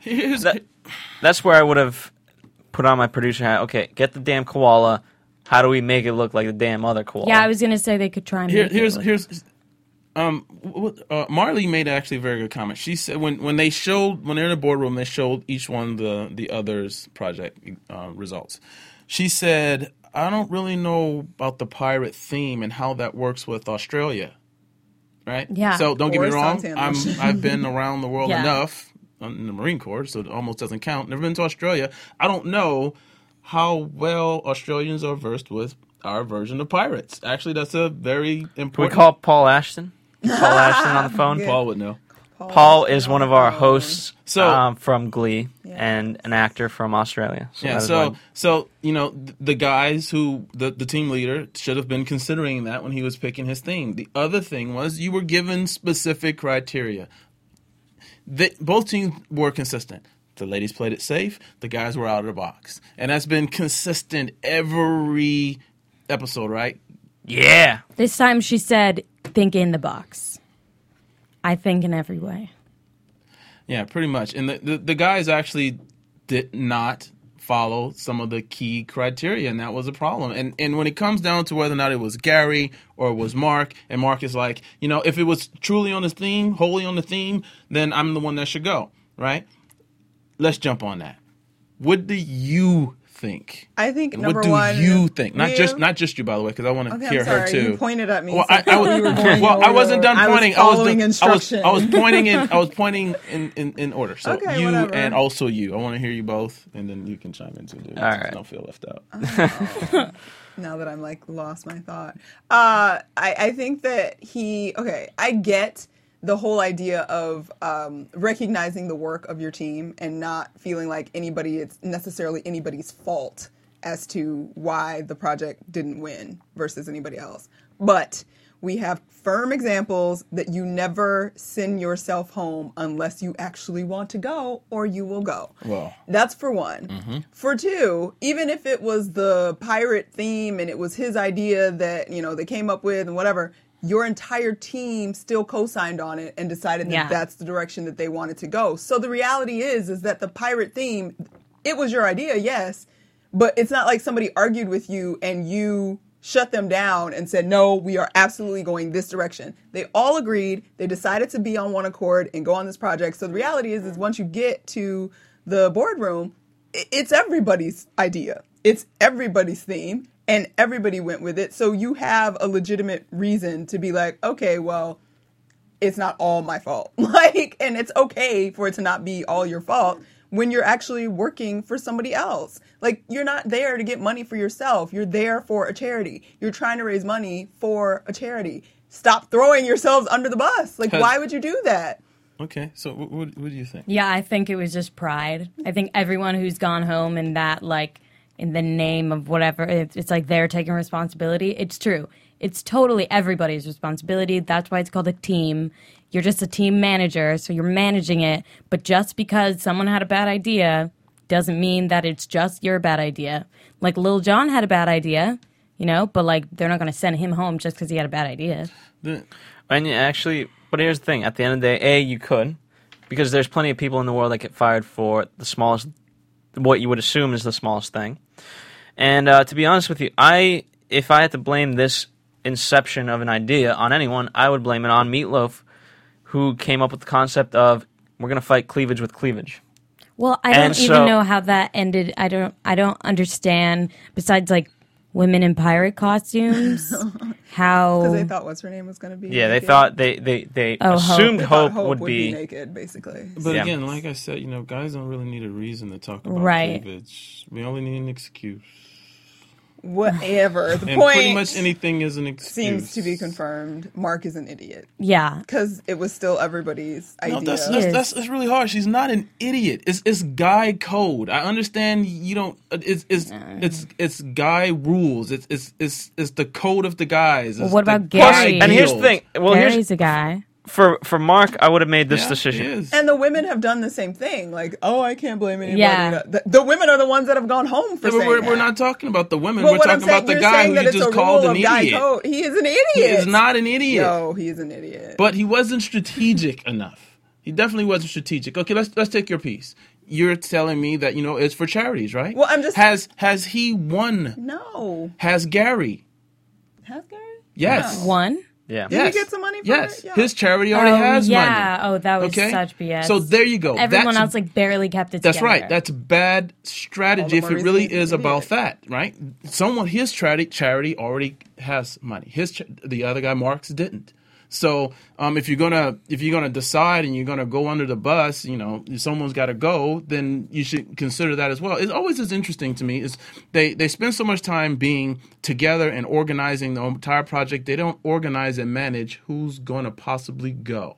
S4: Here's-
S6: That- that's where I would have put on my producer hat. Okay, get the damn koala. How do we make it look like the damn other koala?
S7: Yeah, I was gonna say they could try and
S4: Here,
S7: make
S4: here's
S7: it look-
S4: here's um what, uh, Marley made actually a very good comment. She said when when they showed when they're in the boardroom, they showed each one the the other's project uh, results. She said, "I don't really know about the pirate theme and how that works with Australia, right?
S7: Yeah.
S4: So don't get
S5: Or
S4: me wrong,
S5: Santander.
S4: I'm I've been around the world
S7: Yeah.
S4: enough um, in the Marine Corps, so it almost doesn't count. Never been to Australia. I don't know." how well Australians are versed with our version of pirates. Actually, that's a very
S6: Can we
S4: important.
S6: call Paul Ashton? Paul Ashton on the phone. Paul,
S4: Paul would know.
S6: Paul is one of our hosts
S4: So-
S6: um, from Glee and an actor from Australia. So
S4: Yeah,
S6: that is
S4: so
S6: why-
S4: so you know th- the guys who the the team leader should have been considering that when he was picking his theme. The other thing was you were given specific criteria. They, both teams were consistent. The ladies played it safe. The guys were out of the box, and that's been consistent every episode, right?
S6: yeah,
S7: this time she said, think in the box. I think in every way.
S4: Yeah, pretty much. And the, the, the guys actually did not follow some of the key criteria, and that was a problem. And and when it comes down to whether or not it was Gary or it was Mark, and Mark is like, you know, if it was truly on the theme, wholly on the theme, then I'm the one that should go, right? Let's jump on that. What do you think?
S5: I think number
S4: what do
S5: one.
S4: you think? Not just
S5: you-
S4: not just you, by the way, because I want to
S5: Okay,
S4: hear
S5: I'm sorry.
S4: her too.
S5: You pointed at me.
S4: Well,
S5: so
S4: I, I was,
S5: you were going
S4: well, I
S5: over-
S4: wasn't done pointing.
S5: I was following
S4: I was, done- I was,
S5: instruction.
S4: I was pointing in. I was pointing in, in, in order. So
S5: Okay,
S4: you
S5: whatever.
S4: and also you. I want to hear you both, and then you can chime in too. Dude.
S6: All right.
S4: Don't feel left out.
S5: Uh-huh. now that I'm like lost my thought. Uh, I, I think that he, okay, I get the whole idea of um, recognizing the work of your team and not feeling like anybody, it's necessarily anybody's fault as to why the project didn't win versus anybody else. But We have firm examples that you never send yourself home unless you actually want to go or you will go.
S4: Well.
S5: That's for one. For two, even if it was the pirate theme and it was his idea that, you know, they came up with and whatever, your entire team still co-signed on it and decided that
S7: Yeah.
S5: that's the direction that they wanted to go. So the reality is is that the pirate theme it was your idea, yes, but it's not like somebody argued with you and you shut them down and said, no, we are absolutely going this direction. They all agreed. They decided to be on one accord and go on this project. So the reality is, is once you get to the boardroom, i- it's everybody's idea. It's everybody's theme and everybody went with it. So you have a legitimate reason to be like, okay, well, it's not all my fault. Like, and it's okay for it to not be all your fault when you're actually working for somebody else. Like, you're not there to get money for yourself. You're there for a charity. You're trying to raise money for a charity. Stop throwing yourselves under the bus. Like,
S4: Has-
S5: why would you do that?
S4: Okay, so what, what, what do you think?
S7: Yeah, I think it was just pride. I think everyone who's gone home in that, like, in the name of whatever, it, it's like they're taking responsibility. It's true. It's totally everybody's responsibility. That's why it's called a team. You're just a team manager, so you're managing it. But just because someone had a bad idea doesn't mean that it's just your bad idea. Like, Lil Jon had a bad idea, you know, but like, they're not going to send him home just because he had a bad idea.
S4: The-
S6: And you actually, but here's the thing: at the end of the day, a you could, because there's plenty of people in the world that get fired for the smallest, what you would assume is the smallest thing. And uh, to be honest with you, I if I had to blame this inception of an idea on anyone, I would blame it on Meatloaf, who came up with the concept of we're gonna fight cleavage with cleavage.
S7: Well, I
S6: And
S7: don't
S6: so-
S7: even know how that ended. I don't. I don't understand. Besides, like women in pirate costumes,
S5: Because they
S7: how?
S5: thought what's her name was going to be.
S6: Yeah, they
S5: naked.
S6: thought they they they
S7: Oh, Hope.
S6: assumed
S5: They
S6: hope,
S5: thought
S6: would, be,
S5: naked, basically.
S4: But
S6: Yeah.
S4: again, like I said, you know, guys don't really need a reason to talk about
S7: Right.
S4: cleavage. We only need an excuse.
S5: Whatever. The
S4: And pretty
S5: point
S4: much anything is an excuse.
S5: seems to be confirmed. Mark is an idiot.
S7: Yeah,
S5: Because it was still everybody's idea.
S4: No, that's that's,
S7: Yes.
S4: that's that's really hard. She's not an idiot. It's it's guy code. I understand you don't. It's it's
S5: Mm.
S4: it's it's guy rules. It's it's it's it's the code of the guys. It's
S7: what
S4: the
S7: about
S4: guy
S7: Gary?
S6: And here's the
S4: guild.
S6: thing. Well, here's
S7: Gary's a guy.
S6: for for Mark, I would have made this
S4: Yeah,
S6: decision.
S4: it is.
S5: And the women have done the same thing. Like, oh, I can't blame anybody.
S7: Yeah.
S5: The, the women are the ones that have gone home for
S4: Yeah, but
S5: saying
S4: we're, we're
S5: that.
S4: not talking about the women.
S5: But
S4: we're
S5: what
S4: talking
S5: I'm saying,
S4: about the
S5: you're
S4: guy
S5: saying
S4: who
S5: that
S4: you
S5: it's
S4: just
S5: a
S4: called
S5: rule
S4: an
S5: of guy
S4: idiot.
S5: code. He is an idiot.
S4: He is not an idiot.
S5: No, he is an idiot.
S4: but he wasn't strategic enough. He definitely wasn't strategic. Okay, let's let's take your piece. You're telling me that you know it's for charities, right?
S5: Well, I'm just-
S4: has has he won?
S5: no.
S4: Has Gary?
S5: Has Gary?
S4: Yes.
S7: One.
S6: Yeah.
S4: Yes.
S5: get some money for
S4: yes.
S5: it? Yeah.
S4: His charity already
S7: oh
S4: has
S7: yeah.
S4: money.
S7: Oh, that was
S4: okay.
S7: such BS.
S4: So there you go.
S7: Everyone
S4: That's-
S7: else like barely kept it.
S4: That's
S7: together.
S4: right. That's bad strategy
S5: All the
S4: if it
S5: more
S4: really
S5: reason
S4: is
S5: to do
S4: about
S5: it.
S4: that, right? Someone his charity charity already has money. His ch- the other guy Marks didn't. So um, if you're gonna if you're gonna decide and you're gonna go under the bus, you know someone's got to go. Then you should consider that as well. It always is interesting to me is they they spend so much time being together and organizing the entire project. They don't organize and manage who's gonna possibly go.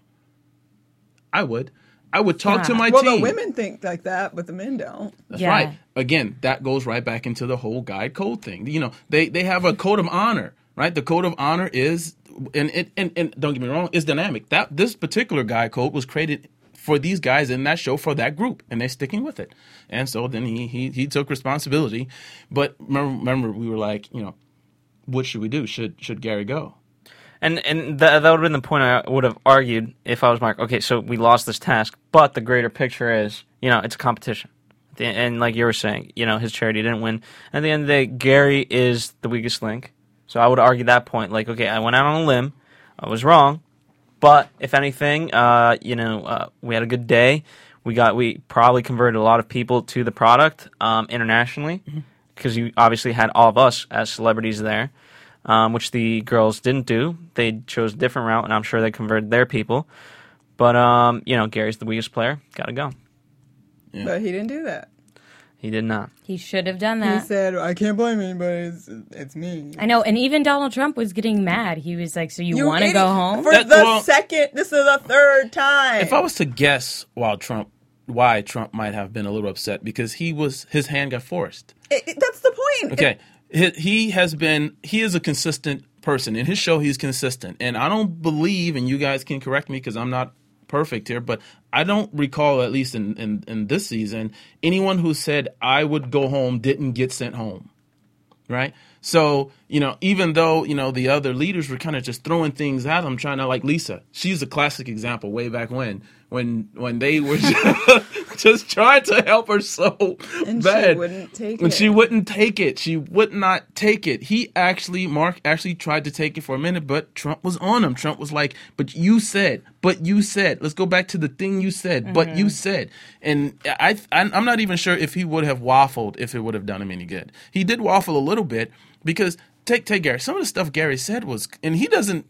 S4: I would. I would talk to
S7: Yeah.
S4: my
S5: Well,
S4: team.
S5: the women think like that, but the men don't.
S4: That's
S7: Yeah.
S4: right. Again, that goes right back into the whole guide code thing. You know, they they have a code of honor, right? The code of honor is and and, and, and don't get me wrong, it's dynamic. That this particular guide code was created for these guys in that show for that group, and they're sticking with it. And so then he he he took responsibility. But remember, remember we were like, you know, what should we do? Should should Gary go?
S6: And and that that would have been the point I would have argued if I was Mark. Okay, so we lost this task, but the greater picture is, you know, it's a competition. The- And like you were saying, you know, his charity didn't win. At the end of the day, Gary is the weakest link. So I would argue that point. Like, okay, I went out on a limb. I was wrong. But if anything, uh, you know, uh, we had a good day. We got we probably converted a lot of people to the product um, internationally because you obviously had all of us as celebrities there, um, which the girls didn't do. They chose a different route, and I'm sure they converted their people. But um, you know, Gary's the weakest player. Got to go.
S5: But he didn't do that.
S6: He did not.
S7: He should have done
S5: He
S7: that.
S5: said, "I can't blame anybody. It's, it's me."
S7: I know. And even Donald Trump was getting mad. He was like, "So you,
S5: You
S7: want to
S5: idiot.
S7: go home?"
S5: for
S4: That-
S5: the
S4: well-
S5: second? This is the third time.
S4: If I was to guess, while Trump, why Trump might have been a little upset because he was his hand got forced.
S5: It- it- that's the point.
S4: Okay. He, he has been, he is a consistent person. In his show, he's consistent. And I don't believe, and you guys can correct me because I'm not perfect here, but I don't recall, at least in, in, in this season, anyone who said, I would go home didn't get sent home. Right? So, you know, even though, you know, the other leaders were kind of just throwing things at him, trying to like Lisa. She's a classic example way back when, when when they were just, just trying to help her so
S5: And she
S4: bad.
S5: wouldn't take
S4: And
S5: it.
S4: she wouldn't take it. She would not take it. He actually, Mark actually tried to take it for a minute, but Trump was on him. Trump was like, "But you said, but you said, let's go back to the thing you said, but
S7: Mm-hmm.
S4: you said." And I, I, I'm not even sure if he would have waffled if it would have done him any good. He did waffle a little bit because take take Gary. Some of the stuff Gary said was, and he doesn't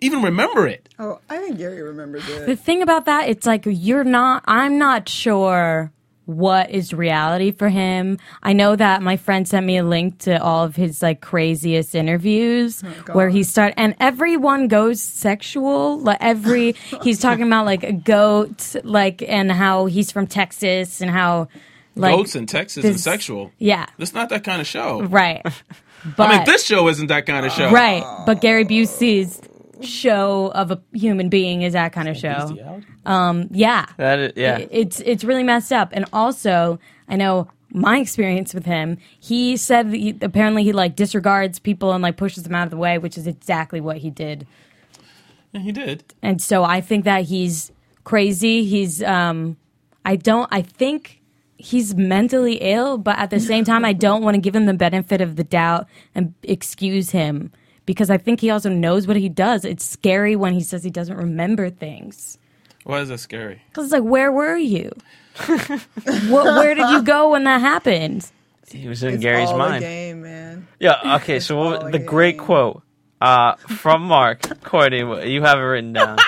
S4: even remember it.
S5: Oh, I think Gary remembers
S7: The
S5: it.
S7: thing about that, it's like you're not, I'm not sure what is reality for him. I know that my friend sent me a link to all of his like craziest interviews where he start and everyone goes sexual. Like every he's talking about like a goat, like and how he's from Texas and how like
S4: Goats in Texas and
S7: this-
S4: sexual.
S7: yeah.
S4: It's not that kind of show.
S7: Right. But
S4: I mean, this show isn't that kind of show.
S7: Right. But Gary Busey's show of a human being is that kind of show. Um, Yeah.
S6: That is, yeah.
S7: I- It's it's really messed up. And also, I know my experience with him. He said that he, apparently he like disregards people and like pushes them out of the way, which is exactly what he did.
S4: Yeah, he did.
S7: And so I think that he's crazy. He's um I don't I think he's mentally ill, but at the same time I don't want to give him the benefit of the doubt and excuse him because I think he also knows what he does. It's scary when he says he doesn't remember things.
S4: Why is that scary?
S7: Cause it's like, where were you? what, where did you go when that happened?
S6: He was in
S5: It's
S6: Gary's
S5: all a
S6: mind.
S5: game, man.
S6: Yeah. Okay. So what,
S5: all
S6: was-
S5: a
S6: the great
S5: game.
S6: quote uh, from Mark Courtney, what- you have it written down.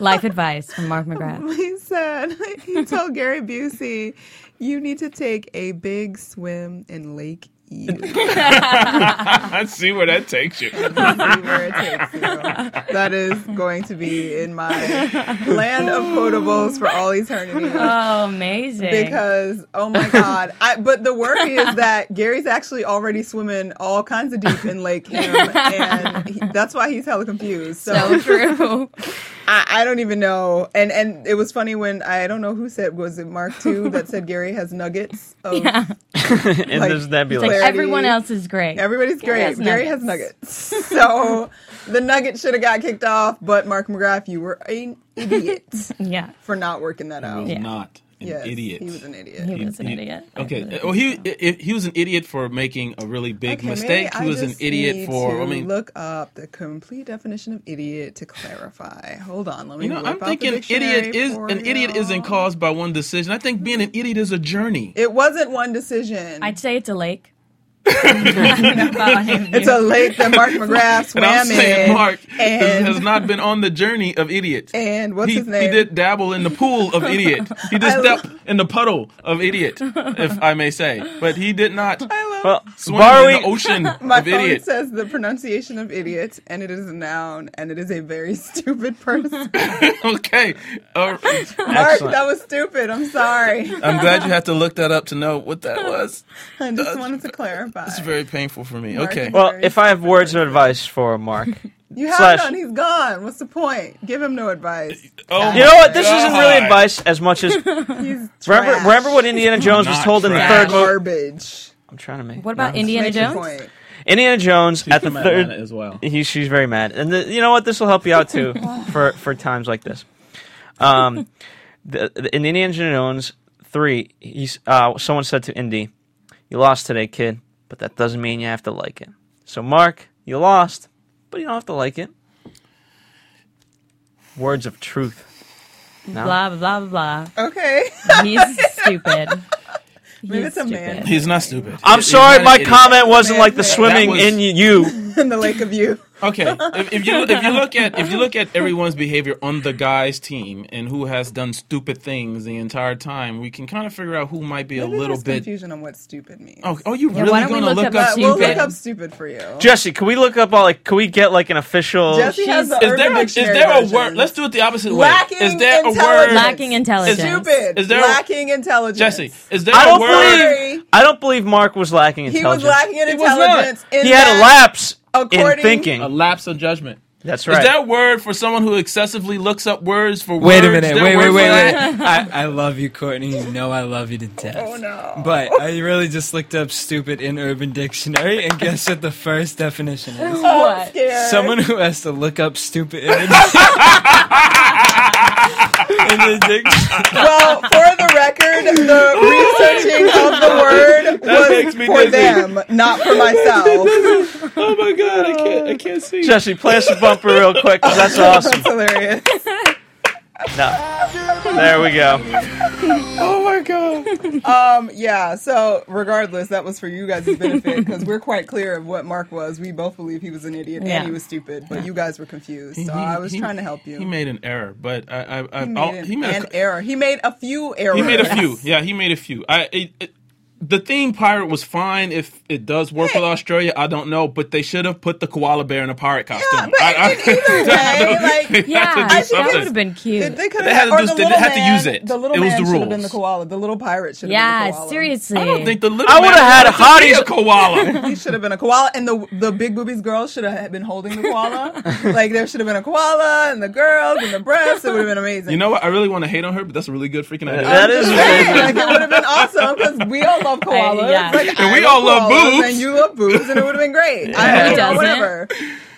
S7: Life advice from Mark McGrath.
S5: He said he told Gary Busey, "You need to take a big swim in Lake Erie."
S4: I see where that takes you.
S5: See where it takes you. That is going to be in my land of quotables for all eternity.
S7: Oh, amazing.
S5: because oh my god I, but the worry is that gary's actually already swimming all kinds of deep in lake him and he, that's why he's hella confused so,
S7: so true.
S5: I, I don't even know and and it was funny when i don't know who said was it mark too that said gary has nuggets of,
S6: and
S5: Like,
S6: there's nebula.
S5: Clarity.
S7: Everyone else is great.
S5: everybody's
S7: Gary
S5: great
S7: has
S5: gary has nuggets so the nugget should have got kicked off but mark mcgrath you were an idiot
S7: yeah.
S5: for not working that out
S7: Yeah.
S4: Not an
S5: Yes,
S4: idiot.
S5: he was an idiot
S7: He was an
S4: He-
S7: idiot. I
S4: Okay.
S7: really
S4: Well, he i- he was an idiot for making a really big
S5: Okay,
S4: mistake.
S5: maybe
S4: He
S5: I
S4: was an
S5: just
S4: idiot
S5: need
S4: for.
S5: to
S4: I mean,
S5: look up the complete definition of idiot to clarify. Hold on, let me.
S4: you know,
S5: whip
S4: I'm
S5: out the
S4: thinking idiot
S5: dictionary
S4: is
S5: for
S4: an idiot
S5: y'all.
S4: isn't caused by one decision. I think being an idiot is a journey.
S5: It wasn't one decision.
S7: I'd say it's a lake. it's
S5: it's a lake that Mark McGrath
S4: and I'm
S5: swam
S4: saying
S5: in.
S4: Mark has,
S5: and
S4: has not been on the journey of idiots.
S5: and what's
S4: he,
S5: his name?
S4: he did dabble in the pool of idiot. He did
S5: I
S4: step in the puddle of idiot, if I may say. But he did not
S6: Well,
S4: swim in the
S6: borrowing
S4: ocean
S5: My
S4: of
S5: phone
S4: idiot.
S5: says the pronunciation of idiot, and it is a noun, and it is a very stupid person.
S4: okay. Uh,
S5: Mark,
S6: Excellent.
S5: that was stupid. I'm sorry.
S4: I'm glad you had to look that up to know what that was.
S5: I just wanted to clarify.
S4: It's very painful for me.
S5: Mark.
S4: Okay.
S6: well, if I have words of advice for Mark,
S5: you have
S6: slash-
S5: none. He's gone. What's the point? Give him no advice.
S4: Oh
S6: you know what? This
S4: God.
S6: isn't really advice as much as
S5: He's
S6: remember.
S5: trash.
S6: Remember what Indiana Jones was
S4: Not
S6: told in the
S4: trash.
S6: third movie.
S5: garbage.
S6: I'm trying to make.
S7: What about
S6: no.
S7: Indiana
S5: Make your
S7: Jones?
S5: point.
S6: Indiana Jones at the third?
S4: well.
S6: He, she's very mad, and the, you know what? This will help you out too for for times like this. Um, the, the, in Indiana Jones three, he's uh, someone said to Indy, "You lost today, kid, but that doesn't mean you have to like it." So, Mark, you lost, but you don't have to like it. Words of truth. No?
S7: Blah, blah, blah,
S5: Okay.
S7: blah. He's stupid.
S5: Maybe
S7: He's
S5: it's a man.
S7: stupid.
S4: He's not stupid.
S6: I'm
S4: He- he's
S6: sorry,
S4: not
S6: my
S4: an idiot.
S6: comment wasn't like the
S5: That
S6: swimming
S4: was-
S6: in you.
S5: in the lake of you.
S4: Okay, if, if you if you look at if you look at everyone's behavior on the guys' team and who has done stupid things the entire time, we can kind of figure out who might be a
S5: Maybe
S4: little
S5: there's
S4: bit.
S5: confusion on what stupid means.
S4: Oh, oh, you
S7: Yeah,
S4: really
S7: why don't we
S4: gonna
S7: look up
S4: look up
S5: Uh, we'll
S4: stupid?
S5: look up stupid for you.
S6: Jesse, can we look up all like? Can we get like an official?
S5: Jesse has the
S4: is
S5: Urban
S4: there a, is
S5: Dictionary
S4: there a
S5: version.
S4: word? Let's do it the opposite
S5: Lacking
S4: way. Is there a
S5: intelligence.
S4: word?
S7: Lacking intelligence.
S5: Stupid.
S4: Is there a-
S5: lacking intelligence.
S4: Jesse, is there
S6: I
S4: a
S6: don't
S4: word?
S5: Sorry.
S6: believe. I don't believe Mark was lacking
S5: He was
S6: intelligence.
S5: lacking in
S4: He was not.
S5: intelligence. in
S6: He had a
S5: that-
S6: lapse in
S5: according-
S6: thinking.
S4: A lapse of judgment.
S6: That's right.
S4: Is there a word for someone who excessively looks up words for
S2: Wait
S4: words?
S2: a minute.
S4: Is there
S2: Wait,
S4: a
S2: wait,
S4: word
S2: wait,
S4: for
S2: wait.
S4: that?
S2: I, I love you, Courtney. You know I love you to death.
S5: Oh no.
S2: But I really just looked up stupid in Urban Dictionary, and guess what the first definition is?
S5: I'm scared.
S2: Someone who has to look up stupid in the, in the dic-
S5: Well, for the record, the researching of the word was
S4: makes me
S5: for
S4: dizzy.
S5: them, not for myself.
S4: Oh my god, I can't. I can't see.
S6: Jesse, play us a bumper real quick 'cause that's awesome. No.
S5: That's hilarious.
S6: There we go.
S4: Oh my god.
S5: Um, yeah. So, regardless, that was for you guys' benefit because we're quite clear of what Mark was. We both believe he was an idiot
S7: Yeah.
S5: and he was stupid, but you guys were confused. So I was trying to help you.
S4: He made an error, but I. I, I
S5: He
S4: I'll-
S5: made an,
S4: he made
S5: an
S4: a,
S5: error. He made a few errors.
S4: He made a few. Yeah, he made a few. I it, it, the theme pirate was fine if it does work with Australia. I don't know, but they should have put the koala bear in a pirate costume.
S5: but
S4: I, I,
S5: in either way, like,
S4: they had to
S7: Yeah,
S4: do
S7: that
S5: something.
S7: would have been
S5: They,
S7: cute.
S5: they could
S4: They had
S5: have
S4: to
S5: or
S4: just-
S5: the
S4: they
S5: little
S4: had to
S5: man-
S4: use it.
S5: The little
S4: It was
S5: man
S4: the
S5: should have been the
S4: rules.
S5: koala. The little pirate should have
S7: Yeah,
S5: been the koala.
S7: seriously.
S4: I don't think the little
S6: I would
S4: man
S6: have had
S4: wanted to be
S6: hotties-
S4: a koala.
S5: He should have been a koala, and the the big boobies girl should have been holding the koala. like there should have been a koala and the girls and the breasts. It would have been amazing.
S4: You know what? I really want to hate on her, but that's a really good freaking idea.
S6: That is
S5: Hey, like it would have been awesome because we all love
S7: I-
S5: koalas.
S7: yeah.
S5: Like,
S4: And
S5: I
S4: we all love
S5: koalas,
S4: boobs.
S5: and you love boobs, and it would have been great.
S7: Who
S5: I don't know,
S7: doesn't?
S5: whatever.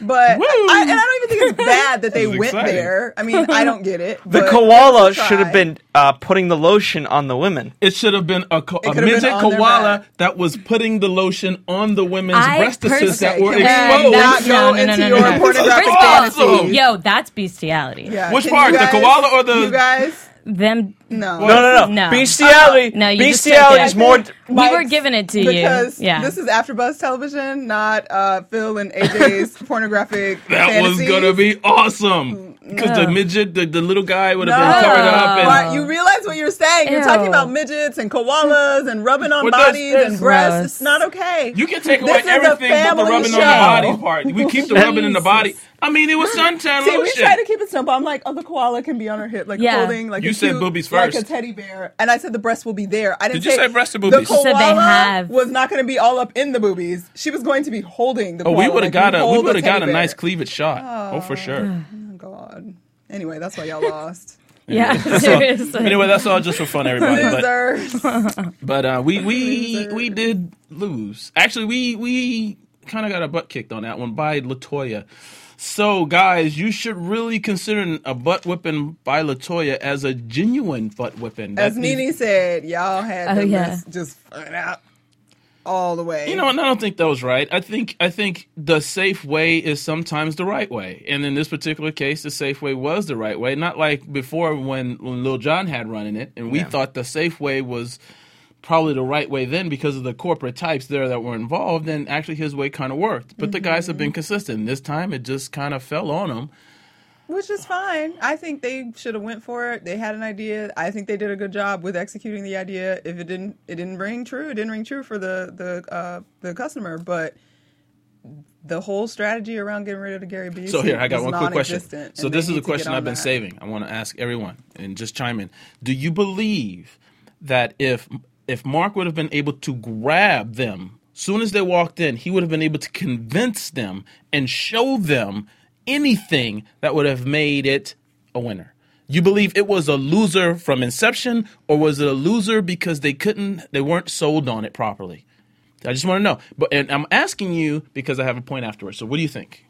S5: But I, and I don't even think it's bad that they
S4: This is
S5: went
S4: exciting.
S5: there. I mean, I don't get it.
S6: The
S5: but
S6: koala
S5: try.
S6: should have been uh, putting the lotion on the women.
S4: It should have been a, ko- a
S5: could have been
S4: midget
S5: on their
S4: koala
S5: back.
S4: that was putting the lotion on the women's
S7: I
S4: breastises
S7: pers-
S4: that
S5: Okay,
S4: were
S5: can we
S4: exposed.
S5: not go into your pornographic
S7: First of all,
S5: fantasies.
S7: Yo, that's bestiality.
S5: Yeah,
S4: Which
S5: can you
S4: part? The
S5: guys-
S4: koala or the-
S5: you guys?
S7: Them.
S5: No,
S6: No, no, no.
S7: No.
S6: Bestiality.
S7: Uh-huh. No, you just took
S6: bestiality
S7: it.
S6: is more.
S7: We were
S5: Mike's-
S7: giving it to
S5: because
S7: you. Yeah.
S5: this is AfterBuzz Television, not uh, Phil and AJ's pornographic.
S4: That was
S5: fantasies.
S4: gonna be awesome because the
S7: No.
S4: midget, the, the little guy would have
S5: Mm, No,
S4: been covered up. And,
S5: Mark, you realize what you're saying. You're
S7: Ew.
S5: talking about midgets and koalas and rubbing on
S4: Well, that's-
S5: bodies
S4: that's
S5: and breasts.
S7: gross.
S5: It's not okay.
S4: You can take
S5: This
S4: away
S5: is a
S4: everything but the
S5: family
S4: rubbing
S5: show.
S4: on the body part. We keep the rubbing in the
S7: Jesus.
S4: body. I mean, it was suntan
S5: See, we try to
S4: lotion.
S5: keep it simple. I'm like, oh, the koala can be on her hip, like
S7: Yeah.
S5: holding, like
S4: You
S5: a
S4: said
S5: cute-
S4: boobies
S5: like a
S4: first.
S5: teddy bear, and I said the breasts will be there. I didn't
S4: Did you say breasts or boobies?
S5: The
S4: You
S5: koala
S7: said they have.
S5: was not going to be all up in the boobies. She was going to be holding the.
S4: Oh,
S5: koala,
S4: we would have
S5: like
S4: got a we
S5: hold
S4: would have
S5: teddy
S4: got a
S5: bear.
S4: nice cleavage shot. Oh, for sure.
S5: Oh, God. Anyway, that's why y'all lost.
S7: yeah.
S4: So,
S7: Seriously.
S4: anyway, that's all just for fun, everybody. But
S5: Losers.
S4: but uh, we we we did lose. Actually, we we kind of got our butt kicked on that one by Latoya. So, guys, you should really consider a butt whipping by Latoya as a genuine butt whipping.
S5: As
S4: That-
S5: Nene said, y'all had
S7: Oh,
S5: the
S7: yeah.
S5: list just fucking out all the way.
S4: You know, and I don't think that was right. I think I think the safe way is sometimes the right way, and in this particular case, the safe way was the right way. Not like before when, when Lil John had running it, and we thought the safe way was probably the right way then because of the corporate types there that were involved, and actually his way kind of worked. But the guys have been consistent. This time, it just kind of fell on them.
S5: which is fine. I think they should have went for it. They had an idea. I think they did a good job with executing the idea. If it didn't, it didn't ring true. It didn't ring true for the the uh, the customer, but. The whole strategy around getting rid of the Gary Busey.
S4: So here, I got
S5: was
S4: one quick question.
S5: non-existent,
S4: So
S5: and they
S4: this is
S5: need
S4: a
S5: to get
S4: question
S5: on
S4: I've been
S5: that.
S4: saving. I want to ask everyone and just chime in. Do you believe that if if Mark would have been able to grab them soon as they walked in, he would have been able to convince them and show them anything that would have made it a winner? You believe it was a loser from inception, or was it a loser because they couldn't, they weren't sold on it properly? I just want to know. But and I'm asking you because I have a point afterwards. So what do you think?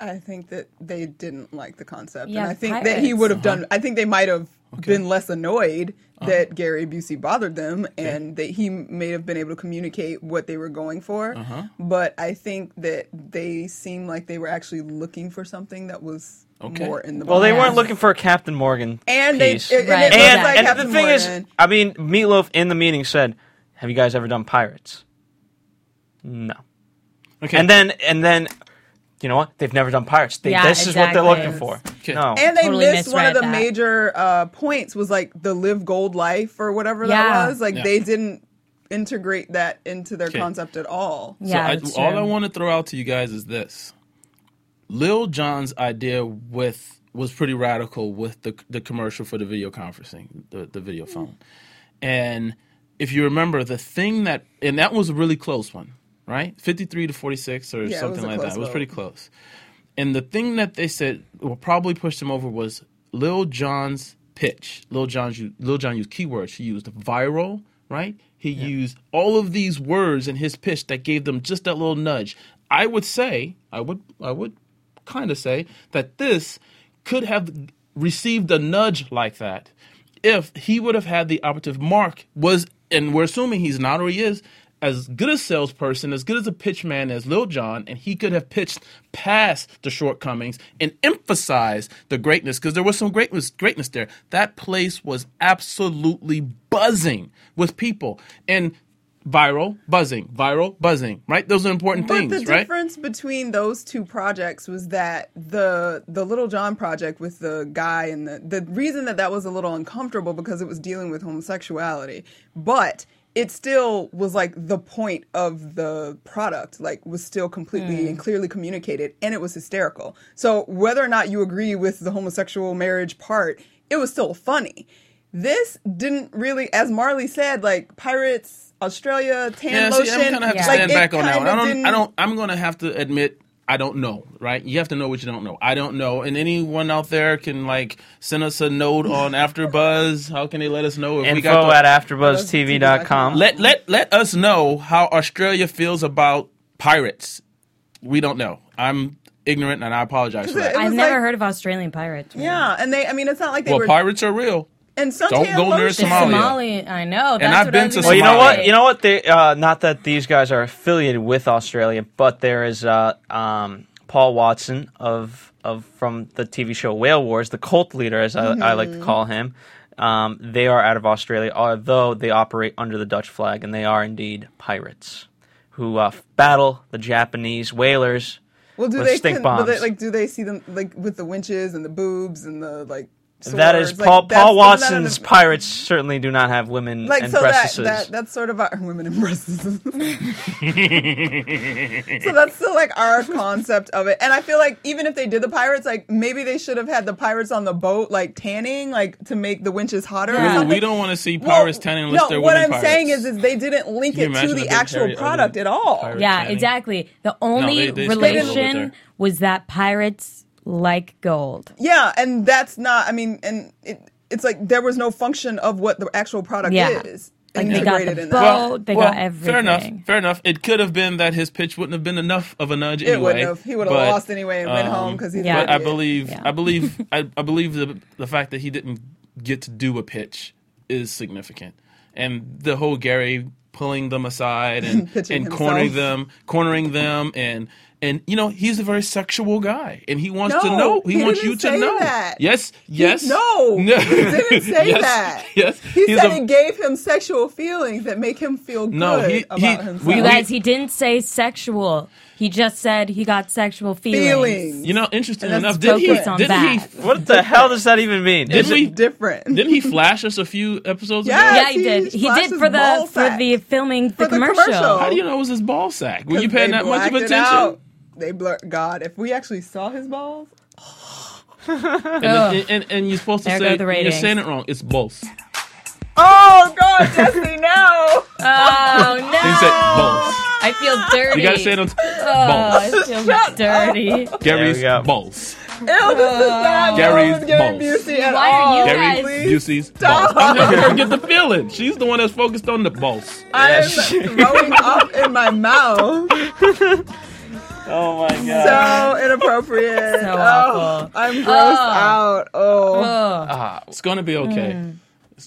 S5: I think that they didn't like the concept,
S7: Yeah,
S5: and I think that he
S7: pirates.
S5: would have
S6: Uh-huh.
S5: done. I think they might have been less annoyed that Gary Busey bothered them, and that he may have been able to communicate what they were going for.
S6: Uh-huh.
S5: But I think that they seemed like they were actually looking for something that was
S4: Okay.
S5: more in the.
S6: Well, they
S5: box.
S6: weren't looking for a Captain Morgan.
S5: and they
S6: piece.
S5: it- and,
S7: Right.
S5: it
S6: and,
S5: looks like
S6: and
S5: Captain
S6: the thing is,
S5: Morgan.
S6: I mean, Meatloaf in the meeting said, "Have you guys ever done pirates?" No.
S4: Okay.
S6: And then and then you know what? They've never done Pirates. They,
S7: Yeah,
S6: this is what
S7: exactly.
S6: they're looking for.
S4: Okay.
S6: No.
S5: And they
S7: Totally
S5: missed one of
S7: misread
S5: the
S7: that.
S5: major uh, points was like the live gold life or whatever
S7: Yeah.
S5: that was. Like
S4: Yeah.
S5: they didn't integrate that into their concept at all.
S7: Yeah,
S4: so
S7: that's
S4: I, all
S7: true.
S4: I want to throw out to you guys is this: Lil John's idea with was pretty radical with the the commercial for the video conferencing, the, the video phone, and if you remember, the thing that and that was a really close one, right? Fifty three to forty six or
S5: Yeah, it was
S4: something
S5: a
S4: like that.
S5: close
S4: It was
S5: vote.
S4: pretty close, and the thing that they said well probably pushed him over was Lil John's pitch. Lil John's u- Lil John used keywords. He used viral, right? He used all of these words in his pitch that gave them just that little nudge. I would say, I would, I would kind of say that this could have received a nudge like that if he would have had the operative mark was, and we're assuming he's not or he is, as good a salesperson, as good as a pitch man as Lil Jon, and he could have pitched past the shortcomings and emphasized the greatness because there was some greatness, greatness there. That place was absolutely buzzing with people and viral, buzzing, viral, buzzing. Right? Those are important
S5: But
S4: things,
S5: the
S4: right?
S5: difference between those two projects was that the the Little John project with the guy and the the reason that that was a little uncomfortable because it was dealing with homosexuality, but it still was like the point of the product, like was still completely
S4: Hmm.
S5: and clearly communicated, and it was hysterical. So whether or not you agree with the homosexual marriage part, it was still funny. This didn't really, as Marley said, like pirates, Australia, tan
S4: yeah,
S5: lotion.
S4: see, I'm gonna have to
S7: yeah.
S4: stand
S5: it
S4: back on that one.
S5: kinda
S4: I don't.
S5: didn't-
S4: I don't. I'm gonna have to admit I don't know. Right? You have to know what you don't know. I don't know. And anyone out there can like send us a note on AfterBuzz. How can they let us know if we got
S6: Info
S4: the,
S6: at AfterBuzzTV.com.
S4: let let let us know how Australia feels about pirates. We don't know. I'm ignorant and I apologize for
S5: It
S4: that.
S5: was
S7: I've never
S5: like-
S7: heard of Australian pirates. man.
S5: Yeah, and they. I mean, it's not like they
S4: Well,
S5: were.
S4: pirates are real.
S5: and suntan
S4: don't go near
S5: lotion.
S4: Somalia.
S7: Somali, I know. That's
S4: I've
S7: what
S4: been
S7: I was
S4: to
S7: gonna
S6: Well, you know what?
S7: say.
S6: You know what? They uh, not that these guys are affiliated with Australia, but there is uh, um, Paul Watson of of from the TV show Whale Wars, the cult leader, as I, I like
S5: Mm-hmm.
S6: to call him. Um, they are out of Australia, although they operate under the Dutch flag, and they are indeed pirates who uh, battle the Japanese whalers.
S5: Well, do
S6: with
S5: they,
S6: stink
S5: con- do they-
S6: bombs.
S5: like? Do they see them like with the winches and the boobs and the like?
S6: that is
S5: swords? Like,
S6: Paul.
S5: that's-
S6: Paul
S5: isn't that an-
S6: Watson's pirates certainly do not have women
S5: Like
S6: and
S5: so that,
S6: breastises.
S5: that that's sort of our women and breasts. so that's still like our concept of it, and I feel like even if they did the pirates, like maybe they should have had the pirates on the boat, like tanning, like to make the winches hotter.
S7: Yeah.
S5: Or
S7: Ooh,
S5: something.
S4: We don't want to see pirates
S5: Well,
S4: tanning unless
S5: no,
S4: they're
S5: what
S4: women
S5: I'm
S4: pirates.
S5: saying is, is they didn't link
S4: Can you
S5: it to
S4: imagine a
S5: the
S4: big
S5: actual
S4: hairy
S5: product
S4: other
S5: at all.
S4: pirate?
S7: Yeah,
S4: Channing.
S7: exactly. The only
S4: they- they struggled
S5: with
S7: relation
S4: her.
S7: was that pirates like gold.
S5: Yeah, and that's not. I mean, and it, it's like there was no function of what the actual product
S7: Yeah.
S5: is
S7: Like they got
S5: integrated
S7: the
S5: in
S7: boat,
S5: that.
S7: they got everything.
S4: Fair enough. Fair enough. It could have been that his pitch wouldn't have been enough of a nudge
S5: It
S4: anyway.
S5: wouldn't have. He would have
S4: but,
S5: lost anyway and went
S4: um,
S5: home because he's.
S7: Yeah.
S5: an
S4: But I
S5: idiot.
S4: believe,
S7: Yeah.
S4: I believe, I, I believe the the fact that he didn't get to do a pitch is significant, and the whole Gary pulling them aside and and
S5: Pitching himself.
S4: cornering them, cornering them, and and you know he's a very sexual guy, and he wants to
S5: No,
S4: know. He,
S5: he
S4: wants
S5: didn't
S4: you
S5: say
S4: to know.
S5: that.
S4: Yes. Yes.
S5: No, he didn't say
S4: Yes,
S5: that.
S4: Yes.
S5: he
S4: He's
S5: said
S4: a-
S5: it gave him sexual feelings that make him feel good
S4: No, he-
S5: about
S4: he-
S5: himself.
S4: we-
S7: You
S4: we-
S7: guys, he didn't say sexual. He just said he got sexual feelings.
S5: feelings.
S4: You know, interesting
S5: And that's
S4: enough, did he?
S7: focused on
S4: Did he?
S7: that.
S6: What the hell does that even mean?
S4: Did
S6: Is it-
S4: we?
S5: different.
S4: Didn't he flash us a few episodes
S5: Yeah.
S4: ago?
S7: Yeah, he did.
S5: he
S7: He did
S5: flashes
S7: for
S5: ball
S7: the for
S5: sack.
S7: the filming the,
S5: For the
S7: commercial.
S5: commercial.
S4: How do you know it was his ball sack? Were you
S5: 'Cause
S4: paying
S5: they
S4: that much of
S5: blacked it
S4: attention?
S5: out. They blur. God, if we actually saw his balls,
S4: And, and, and, and you're supposed to
S7: There
S4: say
S7: go the
S4: you're
S7: ratings.
S4: saying it wrong. It's balls. He
S5: oh God, Jesse, no.
S7: Oh
S4: said
S7: no!
S4: balls.
S7: I feel dirty.
S4: You gotta say it on t-
S7: Oh,
S4: balls.
S7: I feel dirty.
S4: Gary's
S6: There we go.
S4: balls.
S5: Ew, this is
S4: Gary's
S5: not Gary's Gary
S4: balls.
S5: Busey at
S7: Why are
S5: all.
S7: you
S4: Gary
S7: guys-
S4: Busey's balls. I'm letting her get the feeling. She's the one that's focused on the balls.
S5: I'm throwing up in my mouth.
S6: Oh my god.
S5: So inappropriate.
S7: So
S5: oh,
S7: awful.
S5: I'm grossed out. Oh.
S7: Ugh.
S6: Ah.
S4: It's gonna be
S7: Mm.
S4: okay.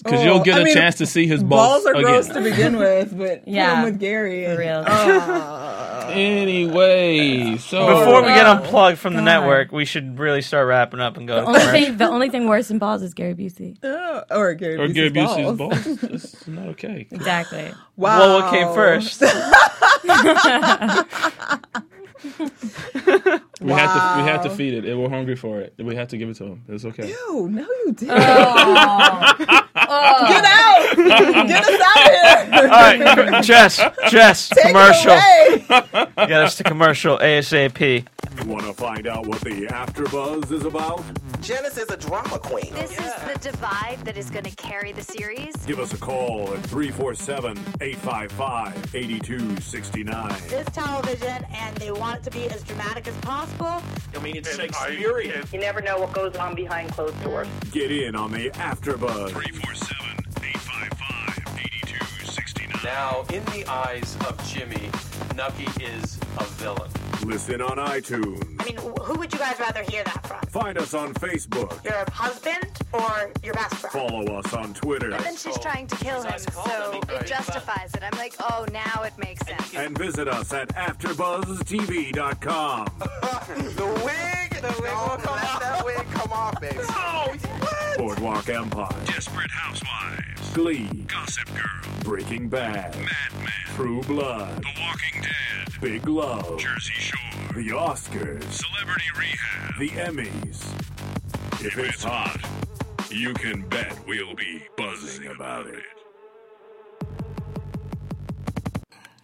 S4: Because you'll get
S5: I
S4: a
S5: mean,
S4: chance to see his balls,
S5: Balls are gross to
S4: again.
S5: begin with, but yeah,
S7: Yeah.
S5: with Gary.
S7: For
S5: and- Oh,
S7: real.
S4: Anyway, so
S6: Before we get
S7: Oh,
S6: unplugged from the
S7: God.
S6: network, we should really start wrapping up and go. to
S7: only
S6: commercial.
S7: thing, the only thing worse than balls is Gary Busey.
S5: Oh, or Gary
S4: or
S5: Busey's
S4: Gary
S5: balls.
S4: Busey's balls. It's not okay.
S7: Exactly.
S5: Wow.
S6: Well, what came first?
S4: We had to we had to feed it. It- We're hungry for it. We had to give it to him. It's okay.
S5: Ew, Oh, no, you didn't.
S7: Oh.
S5: Get out! Get us out of here!
S6: All right, Jess, Jess,
S5: Take it
S6: commercial.
S5: away!
S6: Get us to commercial ASAP.
S8: Want to find out what the AfterBuzz is about?
S9: Janice is a drama queen.
S10: This is the divide that is going to carry the series.
S8: Give us a call at 347 855 8269.
S11: This television, and they want it to be as dramatic as possible.
S9: I mean, it's Shakespearean.
S11: You never know what goes on behind closed doors.
S8: Get in on the AfterBuzz. 347 855 8269.
S9: Now, in the eyes of Jimmy, Nucky is a villain.
S8: Listen on iTunes.
S11: I mean, wh- who would you guys rather hear that from?
S8: Find us on Facebook.
S11: Your husband or your best friend?
S8: Follow us on Twitter.
S10: But then she's trying to kill him,
S9: That's Oh, cold.
S10: so
S9: That'd be
S10: it
S9: great.
S10: justifies it. I'm like, oh, now it makes sense.
S8: And visit us at AfterBuzzTV.com.
S9: The wig, the wig will come off. That wig come off, baby.
S8: Boardwalk Empire. Desperate Housewives. Glee. Gossip Girl. Breaking Bad. Mad Men. True Blood. The Walking Dead. Big Love. Jersey Shore. The Oscars. Celebrity Rehab. The Emmys. If it's hot, you can bet we'll be buzzing about it.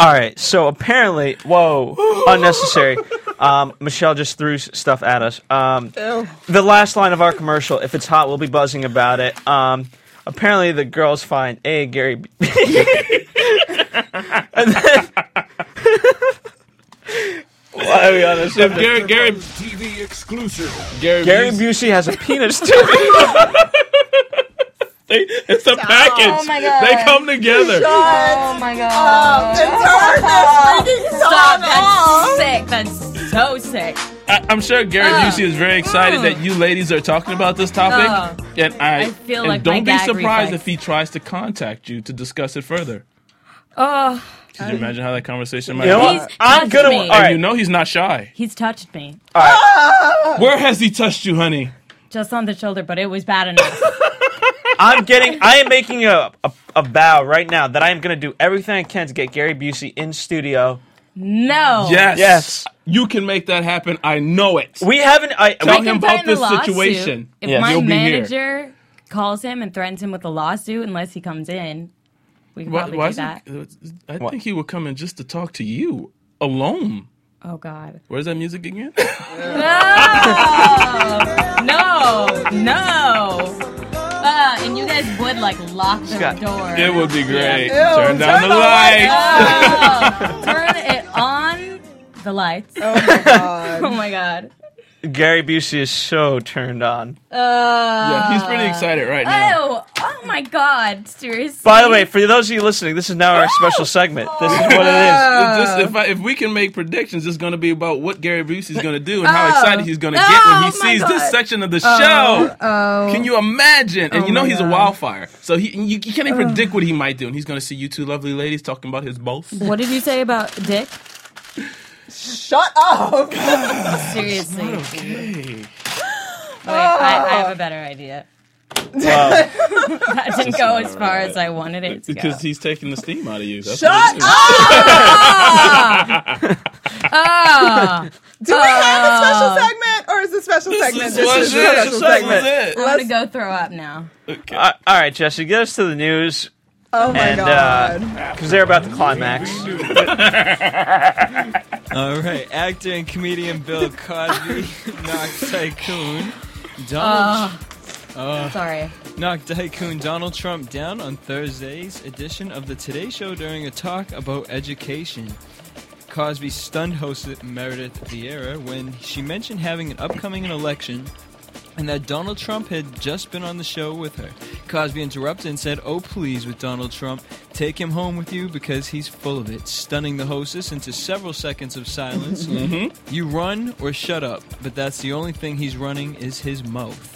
S6: All right, so apparently, whoa, unnecessary. Um, Michelle just threw s- stuff at us. Um, the last line of our commercial: "If it's hot, we'll be buzzing about it." Um, apparently, the girls find a Gary, B- and then. Why are we on this? subject?
S4: Gary Gary
S8: TV exclusive.
S4: Gary,
S6: Gary
S4: Busey-
S6: Busey has a penis too.
S4: It's a package.
S7: Oh my God.
S4: They come together.
S7: Oh my god.
S5: Turn this freaking
S7: Stop.
S5: song off!
S7: That's sick. That's so sick.
S4: I, I'm sure Gary Busey is very excited that you ladies are talking about this topic.
S7: Ugh.
S4: And I,
S7: I feel
S4: and
S7: like my
S4: don't be
S7: gag
S4: surprised
S7: reflex.
S4: if he tries to contact you to discuss it further.
S7: Oh,
S4: Could you imagine how that conversation might?
S6: You know
S4: go?
S6: what?
S7: He's
S6: I'm
S7: touched
S6: gonna.
S7: me.
S6: All
S4: And
S6: right,
S4: you know he's not shy.
S7: he's touched me
S4: Uh, Where has he touched you, honey?
S7: just on the shoulder, but it was bad enough.
S6: I'm getting. I am making a, a a vow right now that I am gonna do everything I can to get Gary Busey in studio.
S7: No.
S4: Yes.
S6: Yes.
S4: You can make that happen. I know it.
S6: We haven't. I,
S4: Tell
S6: we,
S4: him
S7: can
S4: about
S7: threaten a
S4: this
S7: lawsuit.
S4: situation.
S7: If
S6: Yes.
S7: my
S4: You'll be here.
S7: manager calls him and threatens him with a lawsuit unless he comes in, we can probably do
S4: is
S7: that.
S4: it- I think he would come in just to talk to you alone.
S7: Oh God.
S4: Where's that music again?
S7: No. No. Uh, and you guys would like lock the
S6: Scott.
S7: door.
S4: it would be great.
S5: Yeah. Ew,
S4: turn down
S5: turn
S4: the
S5: the lights
S4: lights.
S7: Oh, turn it on the lights.
S5: Oh my god.
S7: Oh my god.
S6: Gary Busey is so turned on.
S4: Yeah, he's pretty excited right now.
S7: Uh, Oh, oh my god, seriously.
S6: By the way, for those of you listening, this is now our special segment. This is what it is.
S4: If this- if, I, if we can make predictions, it's going to be about what Gary Busey's going to do and how excited he's going to get when he
S7: Oh my
S4: sees this
S7: God.
S4: section of the show.
S7: Oh.
S4: Can you imagine? And you know he's a wildfire, so he you, you can't even predict what he might do. And he's going to see you two lovely ladies talking about his both.
S7: what did you say about Dick?
S5: Shut up!
S7: Seriously. Wait, I, I
S5: Oh.
S7: have a better idea.
S6: Wow.
S7: That didn't go as far as I wanted it to go.
S4: Because he's taking the steam out of you. That's
S5: Shut
S4: what it is.
S7: Oh,
S5: Do we have a special segment or Uh, is it special segment?
S4: This
S5: just
S4: was
S5: a
S4: it.
S5: special
S4: This was
S5: segment.
S4: it.
S7: I'm gonna go throw up now.
S6: Uh, all right, Jesse, get us to the news
S5: Oh my
S6: and
S5: god.
S6: because they're about to climax.
S2: All right, actor and comedian Bill Cosby knocked tycoon Donald
S7: Oh, sorry.
S2: knocked tycoon Donald Trump down on Thursday's edition of the Today Show during a talk about education. Cosby stunned host Meredith Vieira when she mentioned having an upcoming election and that Donald Trump had just been on the show with her. Cosby interrupted and said, Oh, please, with Donald Trump, take him home with you because he's full of it, stunning the hostess into several seconds of silence. You run or shut up, but that's the only thing he's running is his mouth.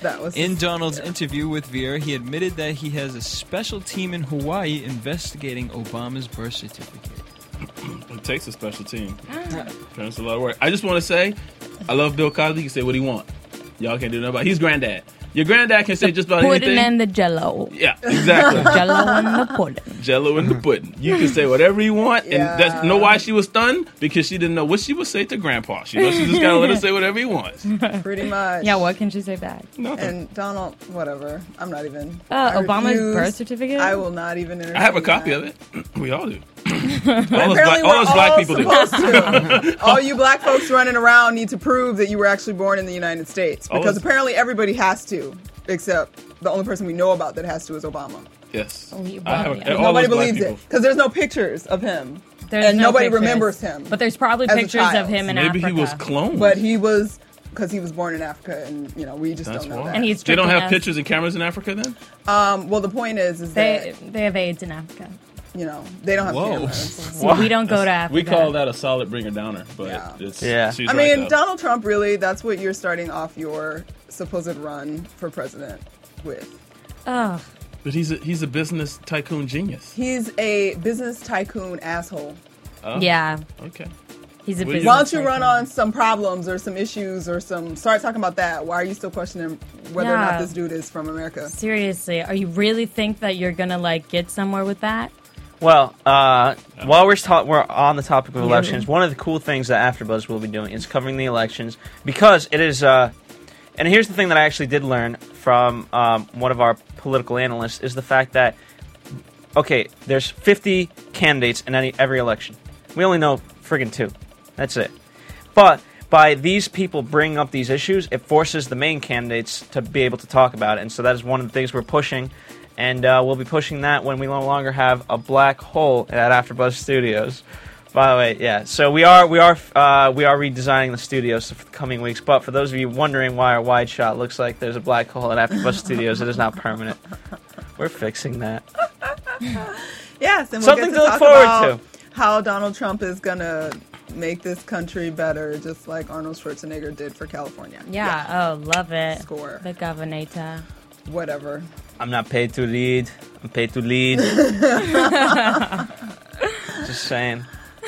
S5: That was
S2: In Donald's interview with Vieira, he admitted that he has a special team in Hawaii investigating Obama's birth certificate.
S4: It takes a special team. That's a lot of work. I just want to say, I love Bill Cosby. He can say what he want. Y'all can't do nothing about. it. He's granddad. Your granddad can say just about
S7: Pudding
S4: anything.
S7: and the jello.
S4: Yeah, exactly.
S7: jello and the pudding.
S4: Jello and the pudding. You can say whatever you want, and that's know why she was stunned because she didn't know what she would say to Grandpa. She knows she just gotta let her say whatever he wants.
S5: Pretty much.
S7: Yeah, what can she say back?
S5: And Donald, whatever. I'm not even.
S7: Uh,
S5: I
S7: Obama's
S5: refuse.
S7: birth certificate?
S5: I will not even.
S4: I have a
S5: entertain
S4: copy
S5: that.
S4: of it. We all do. all, us
S5: Apparently,
S4: black,
S5: we're
S4: all us black
S5: all
S4: people do.
S5: supposed to. all you black folks running around need to prove that you were actually born in the United States
S4: All
S5: because
S4: us-
S5: apparently everybody has to, except the only person we know about that has to is Obama.
S4: Yes.
S7: you
S4: I have
S7: Oh, bought
S4: a,
S7: me.
S4: all
S5: nobody
S4: us black
S5: believes
S4: people.
S5: it because there's no pictures of him,
S7: There's
S5: and
S7: no
S5: nobody
S7: pictures.
S5: remembers him.
S7: But there's probably
S5: As a
S7: pictures of
S5: child.
S7: him in
S4: Maybe
S7: Africa.
S4: he was cloned.
S5: but he was because he was born in Africa, and you know we just
S4: That's
S5: don't know
S4: why.
S5: that.
S7: And he's
S4: they don't
S7: tricking
S4: have
S7: us.
S4: pictures and cameras in Africa then?
S5: um, well, the point is, is
S7: They
S5: that
S7: they have AIDS in Africa.
S5: you know they don't have
S2: Whoa.
S5: cameras.
S7: So we don't go to Africa.
S4: We call that a solid bringer downer, but
S5: Yeah.
S4: it's
S6: Yeah.
S4: she's
S5: I
S4: right,
S5: mean,
S4: though.
S5: Donald Trump really, that's what you're starting off your supposed run for president with.
S7: Oh,
S4: But he's a he's a business tycoon genius.
S5: He's a business tycoon asshole.
S4: Oh,
S7: yeah.
S4: Okay.
S7: He's a
S4: Well, you-
S7: business.
S5: Why don't you run
S7: tycoon.
S5: on some problems or some issues or some start talking about that? Why are you still questioning whether or
S7: Yeah.
S5: not this dude is from America?
S7: Seriously, are you really think that you're gonna like get somewhere with that?
S6: Well, uh, while we're, ta- we're on the topic of elections, one of the cool things that AfterBuzz will be doing is covering the elections because it is. Uh, and here's the thing that I actually did learn from um, one of our political analysts is the fact that okay, there's 50 candidates in any every election. We only know friggin' two. That's it. But by these people bringing up these issues, it forces the main candidates to be able to talk about it. And so that is one of the things we're pushing. And uh, we'll be pushing that when we no longer have a black hole at AfterBuzz Studios. By the way, yeah. So we are we are uh, we are redesigning the studios for the coming weeks. But for those of you wondering why our wide shot looks like there's a black hole at AfterBuzz Studios, it is not permanent. We're fixing that.
S5: Yes, and we'll
S6: Something
S5: get to,
S6: to look
S5: talk
S6: forward
S5: about
S6: to.
S5: how Donald Trump is going to make this country better, just like Arnold Schwarzenegger did for California.
S7: Yeah. Oh, love it.
S5: Score.
S7: The governator.
S5: Whatever.
S6: I'm not paid to lead. I'm paid to lead. Just saying.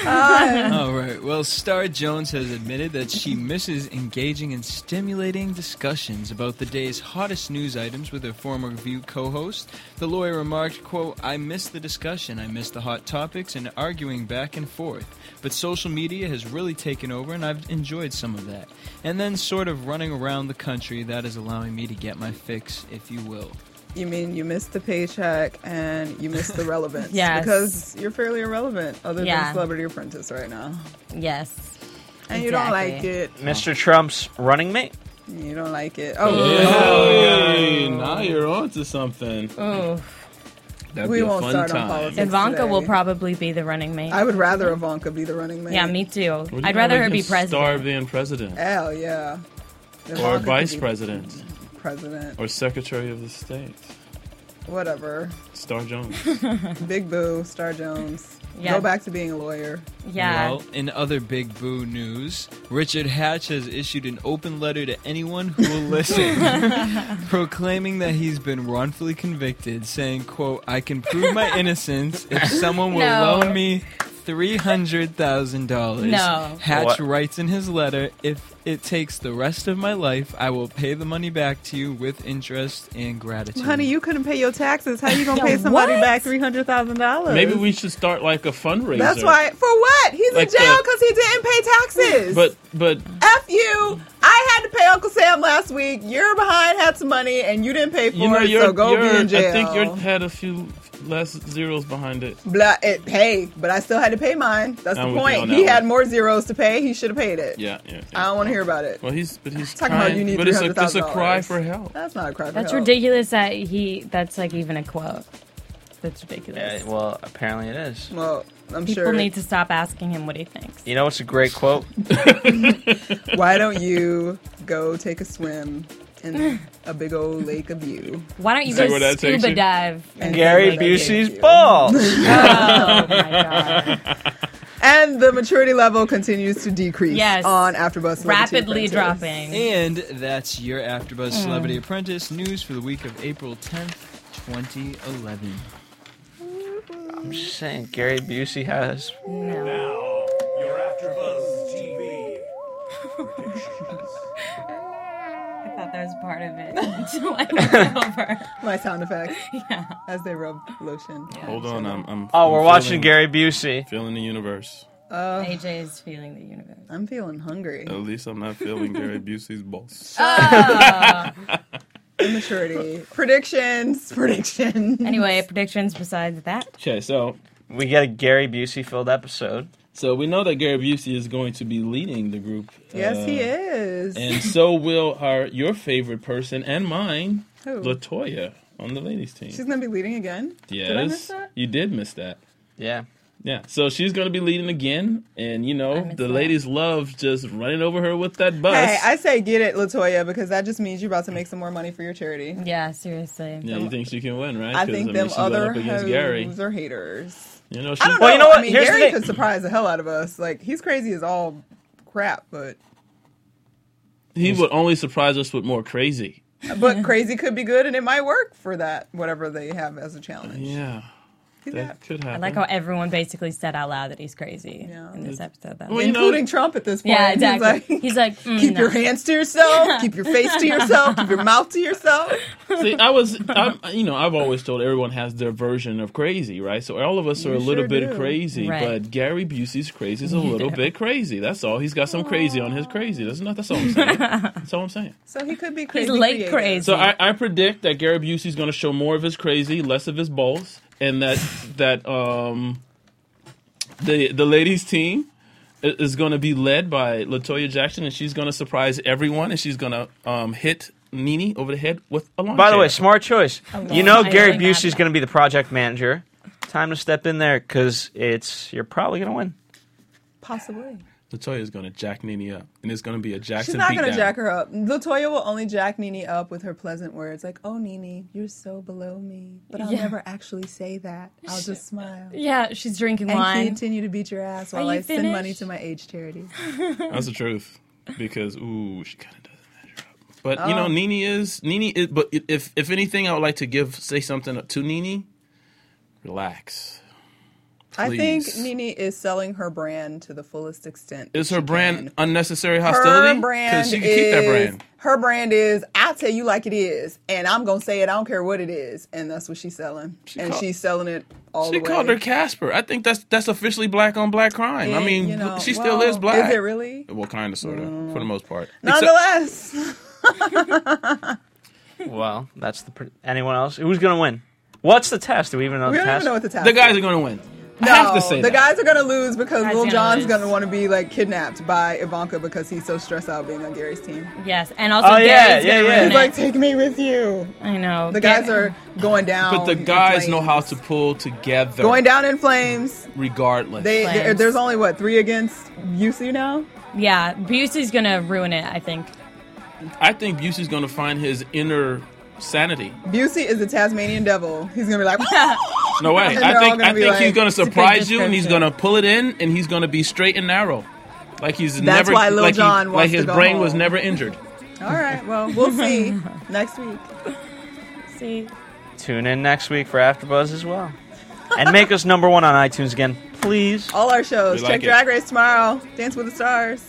S2: All right. Well, Star Jones has admitted that she misses engaging in stimulating discussions about the day's hottest news items with her former View co-host. The lawyer remarked, "quote I miss the discussion. I miss the hot topics and arguing back and forth. But social media has really taken over, and I've enjoyed some of that. And then sort of running around the country. That is allowing me to get my fix, if you will."
S5: You mean you missed the paycheck and you missed the relevance?
S7: Yes.
S5: Because you're fairly irrelevant other
S7: Yeah.
S5: than Celebrity Apprentice right now.
S7: Yes.
S5: And you don't like
S7: Exactly.
S5: it.
S6: Mr. Trump's running mate?
S5: You don't like it. Oh,
S4: Hey, now you're onto something.
S7: Oh,
S4: That'd
S5: We
S4: be a
S5: won't
S4: fun
S5: start on
S4: time.
S5: politics.
S7: Ivanka
S5: today.
S7: will probably be the running mate.
S5: I would rather Ivanka be the running man.
S7: yeah, me too.
S4: Well, you
S7: I'd
S4: know,
S7: rather
S4: we
S7: her
S4: can
S7: be president.
S4: Start being president,
S5: Hell yeah.
S4: or
S5: Ivanka could
S4: vice
S5: be
S4: president,
S5: President.
S4: or secretary of the state.
S5: Whatever.
S4: Star Jones.
S5: Big Boo, Star Jones.
S7: Yeah.
S5: Go back to being a lawyer.
S7: Yeah.
S2: Well, in other Big Boo news, Richard Hatch has issued an open letter to anyone who will listen, proclaiming that he's been wrongfully convicted, saying, quote, I can prove my innocence if someone will
S7: No.
S2: loan me $300,000.
S7: No.
S2: Hatch
S6: What?
S2: writes in his letter, if it takes the rest of my life, I will pay the money back to you with interest and gratitude.
S5: Honey, you couldn't pay your taxes. How you going to
S7: Yeah,
S5: pay somebody
S7: what?
S5: back $300,000?
S4: Maybe we should start like a fundraiser.
S5: That's why. For what? He's
S4: Like
S5: in jail
S4: the-
S5: because he didn't pay taxes.
S4: But but
S5: F you! I had to pay Uncle Sam last week. You're behind, had some money, and you didn't pay for
S4: you know
S5: it,
S4: you're,
S5: so go
S4: you're
S5: be in jail.
S4: I think you had a few less zeros behind it.
S5: Blah, it, hey, but I still had to pay mine. That's
S4: I'm
S5: the
S4: with you on
S5: point.
S4: that
S5: He had
S4: one.
S5: more zeros to pay. He should have paid it.
S4: Yeah, yeah.
S5: I don't want to hear about it.
S4: Well, he's but he's
S5: Talking about
S4: trying,
S5: you need
S4: but it's a it's a
S5: $300,000.
S4: cry for help.
S5: That's not a crime.
S7: that's ridiculous that he. That's like even a quote. That's ridiculous.
S2: Uh,
S6: Yeah, well, apparently it is.
S5: Well, I'm
S7: People
S5: sure.
S7: need to stop asking him what he thinks.
S6: You know what's a great quote?
S5: Why don't you go take a swim in a big old lake of you?
S7: Why don't you
S4: Is that where
S7: just
S4: that takes
S7: scuba
S4: you?
S7: dive?
S5: And
S6: Gary
S5: somebody
S6: Busey's
S5: gave you.
S6: balls.
S7: oh my god!
S5: And the maturity level continues to decrease
S7: Yes.
S5: on AfterBuzz. Celebrity
S7: Rapidly
S5: Apprentice.
S7: dropping.
S2: And that's your AfterBuzz Celebrity Apprentice news for the week of April 10th, 2011.
S6: I'm just saying, Gary Busey has.
S7: No.
S8: Now, your AfterBuzz TV.
S7: I thought that was part of it until I looked over.
S5: My sound effects. Yeah. As they rub lotion.
S4: Hold on, I'm. I'm
S6: Oh,
S4: I'm
S6: we're watching Gary
S4: feeling-
S6: Busey.
S4: Feeling the universe.
S5: Uh,
S7: AJ is feeling the universe.
S5: I'm feeling hungry.
S4: At least I'm not feeling Gary Busey's balls.
S5: Immaturity. predictions. Predictions.
S7: Anyway, predictions besides that.
S4: Okay, so
S6: We get a Gary Busey filled episode.
S4: so we know that Gary Busey is going to be leading the group.
S5: Yes, he
S4: uh,
S5: is.
S4: And so will our your favorite person and mine,
S5: Who?
S4: Latoya, on the ladies team.
S5: Oh. She's gonna be leading again.
S4: yes,
S5: I miss that?
S4: you did miss that.
S6: Yeah.
S4: Yeah, so she's going to be leading again, and you know
S7: missed
S4: the
S7: that.
S4: ladies love just running over her with that bus.
S5: Hey, I say get it, Latoya, because that just means you're about to make some more money for your charity.
S7: Yeah, seriously.
S4: yeah, you think she can win, right?
S5: I
S4: 'Cause,
S5: think
S4: mean,
S5: them
S4: she's going
S5: other
S4: up against Gary.
S5: hoes are haters.
S4: You know, she,
S5: I don't know.
S6: Well, you know what?
S5: I mean,
S6: Here's the
S5: Gary
S6: thing.
S5: could surprise the hell out of us. Like he's crazy as all crap, but
S4: he would only surprise us with more crazy.
S5: but crazy could be good, and it might work for that whatever they have as a challenge.
S4: Yeah,
S5: He's got-
S4: that could
S7: I
S4: happen.
S7: like how everyone basically said out loud that he's crazy
S5: Yeah.
S7: in this episode. Though.
S4: Well, you know-
S5: Including Trump at this point.
S7: yeah, exactly.
S5: He's like,
S7: He's like, mm,
S5: keep
S7: no.
S5: your hands to yourself. Keep your face to yourself. Keep your mouth to yourself.
S4: See, I was, I'm, you know, I've always told everyone has their version of crazy, right? So all of us are a
S5: You
S4: little
S5: sure
S4: bit
S5: do.
S4: crazy,
S7: Right.
S4: but Gary Busey's crazy is a little bit crazy. That's all. He's got some crazy on his crazy. That's not. That's all I'm saying. that's all I'm saying.
S5: So he could be crazy.
S7: He's late
S5: creative.
S7: crazy.
S4: So I, I predict that Gary Busey's going to show more of his crazy, less of his balls, and that that um the the ladies team i- is going to be led by Latoya Jackson, and she's going to surprise everyone, and she's going to um hit Nene over the head with a lawn
S6: By the way,
S4: chair.
S6: smart choice.
S7: lot.
S6: You know
S7: I
S6: Gary
S7: really
S6: Busey's
S7: got
S6: going to be the project manager. Time to step in there because it's you're probably going to win.
S5: Possibly.
S4: Latoya's gonna jack Nene up, and it's gonna be a Jackson.
S5: She's not
S4: beatdown.
S5: gonna jack her up. Latoya will only jack Nene up with her pleasant words, like, "Oh, Nene, you're so below me," but I'll
S7: Yeah.
S5: never actually say that. I'll just smile
S7: yeah, she's drinking
S5: and
S7: wine.
S5: continue to beat your ass
S7: Are
S5: while
S7: you
S5: I send money
S7: finished?
S5: to my age charity.
S4: That's the truth, because ooh, she kind of doesn't measure up. But you
S5: Oh.
S4: know, Nene is Nene. Is, but i- if if anything, I would like to give say something to Nene. Relax.
S5: I think
S4: Please.
S5: Nene is selling her brand to the fullest extent.
S4: Is
S5: she
S4: her brand
S5: can.
S4: unnecessary hostility?
S5: her
S4: 'Cause
S5: brand
S4: she can
S5: is
S4: keep that brand.
S5: her brand is I tell you like it is, and I'm gonna say it. I don't care what it is, and that's what she's selling, and
S4: call-
S5: she's selling it all
S4: She
S5: the way.
S4: called her Casper. I think that's that's officially black on black crime. I
S5: And,
S4: mean,
S5: you know,
S4: she still is
S5: well,
S4: black.
S5: Is Mm. it really?
S4: Well, kind of, sort of, for the most part. Except-
S5: Nonetheless.
S6: Well, that's the. Pr- anyone else? Who's going to win? What's the test? Do we even know
S5: We
S6: the
S5: don't
S6: test?
S5: even know what the task
S4: the guys
S5: is.
S4: are going to win.
S5: No,
S4: I have to say
S5: the
S4: that.
S5: guys are gonna lose because
S7: Guys
S5: Lil
S7: gonna
S5: John's
S7: lose.
S5: gonna want to be like kidnapped by Ivanka because he's so stressed out being on Gary's team.
S7: yes, and also
S6: Oh, yeah,
S7: Gary's
S6: yeah,
S7: gonna
S6: yeah.
S7: ruin it.
S5: He's like, take me with you.
S7: I know.
S5: The
S7: Ga-
S5: guys are going down.
S4: But the
S5: in
S4: guys know
S5: flames.
S4: how to pull together.
S5: Going down in flames.
S4: regardless.
S5: They
S7: Flames.
S5: there- there's only what three against UC now.
S7: Yeah, Busey's gonna ruin it. I think.
S4: I think Busey's going to find his inner sanity.
S5: Busey is the Tasmanian devil. He's gonna be like,
S4: No way.
S5: And
S4: I
S5: they're all
S4: think
S5: gonna
S4: I
S5: be
S4: think
S5: like-
S4: he's going to
S5: It's
S7: a good
S4: surprise you, and he's going
S7: description.
S4: to pull it in, and he's going to be straight and narrow, like he's never
S5: why Lil
S4: like, he-
S5: Jon wants
S4: like his
S5: to go
S4: brain was
S5: home.
S4: never injured.
S5: all right, well, we'll see next week.
S7: See,
S6: Tune in next week for AfterBuzz as well, and make us number one on iTunes again, please.
S5: All our shows.
S4: We
S5: Check
S4: like it.
S5: Drag Race tomorrow. Dance with the Stars.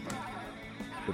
S12: The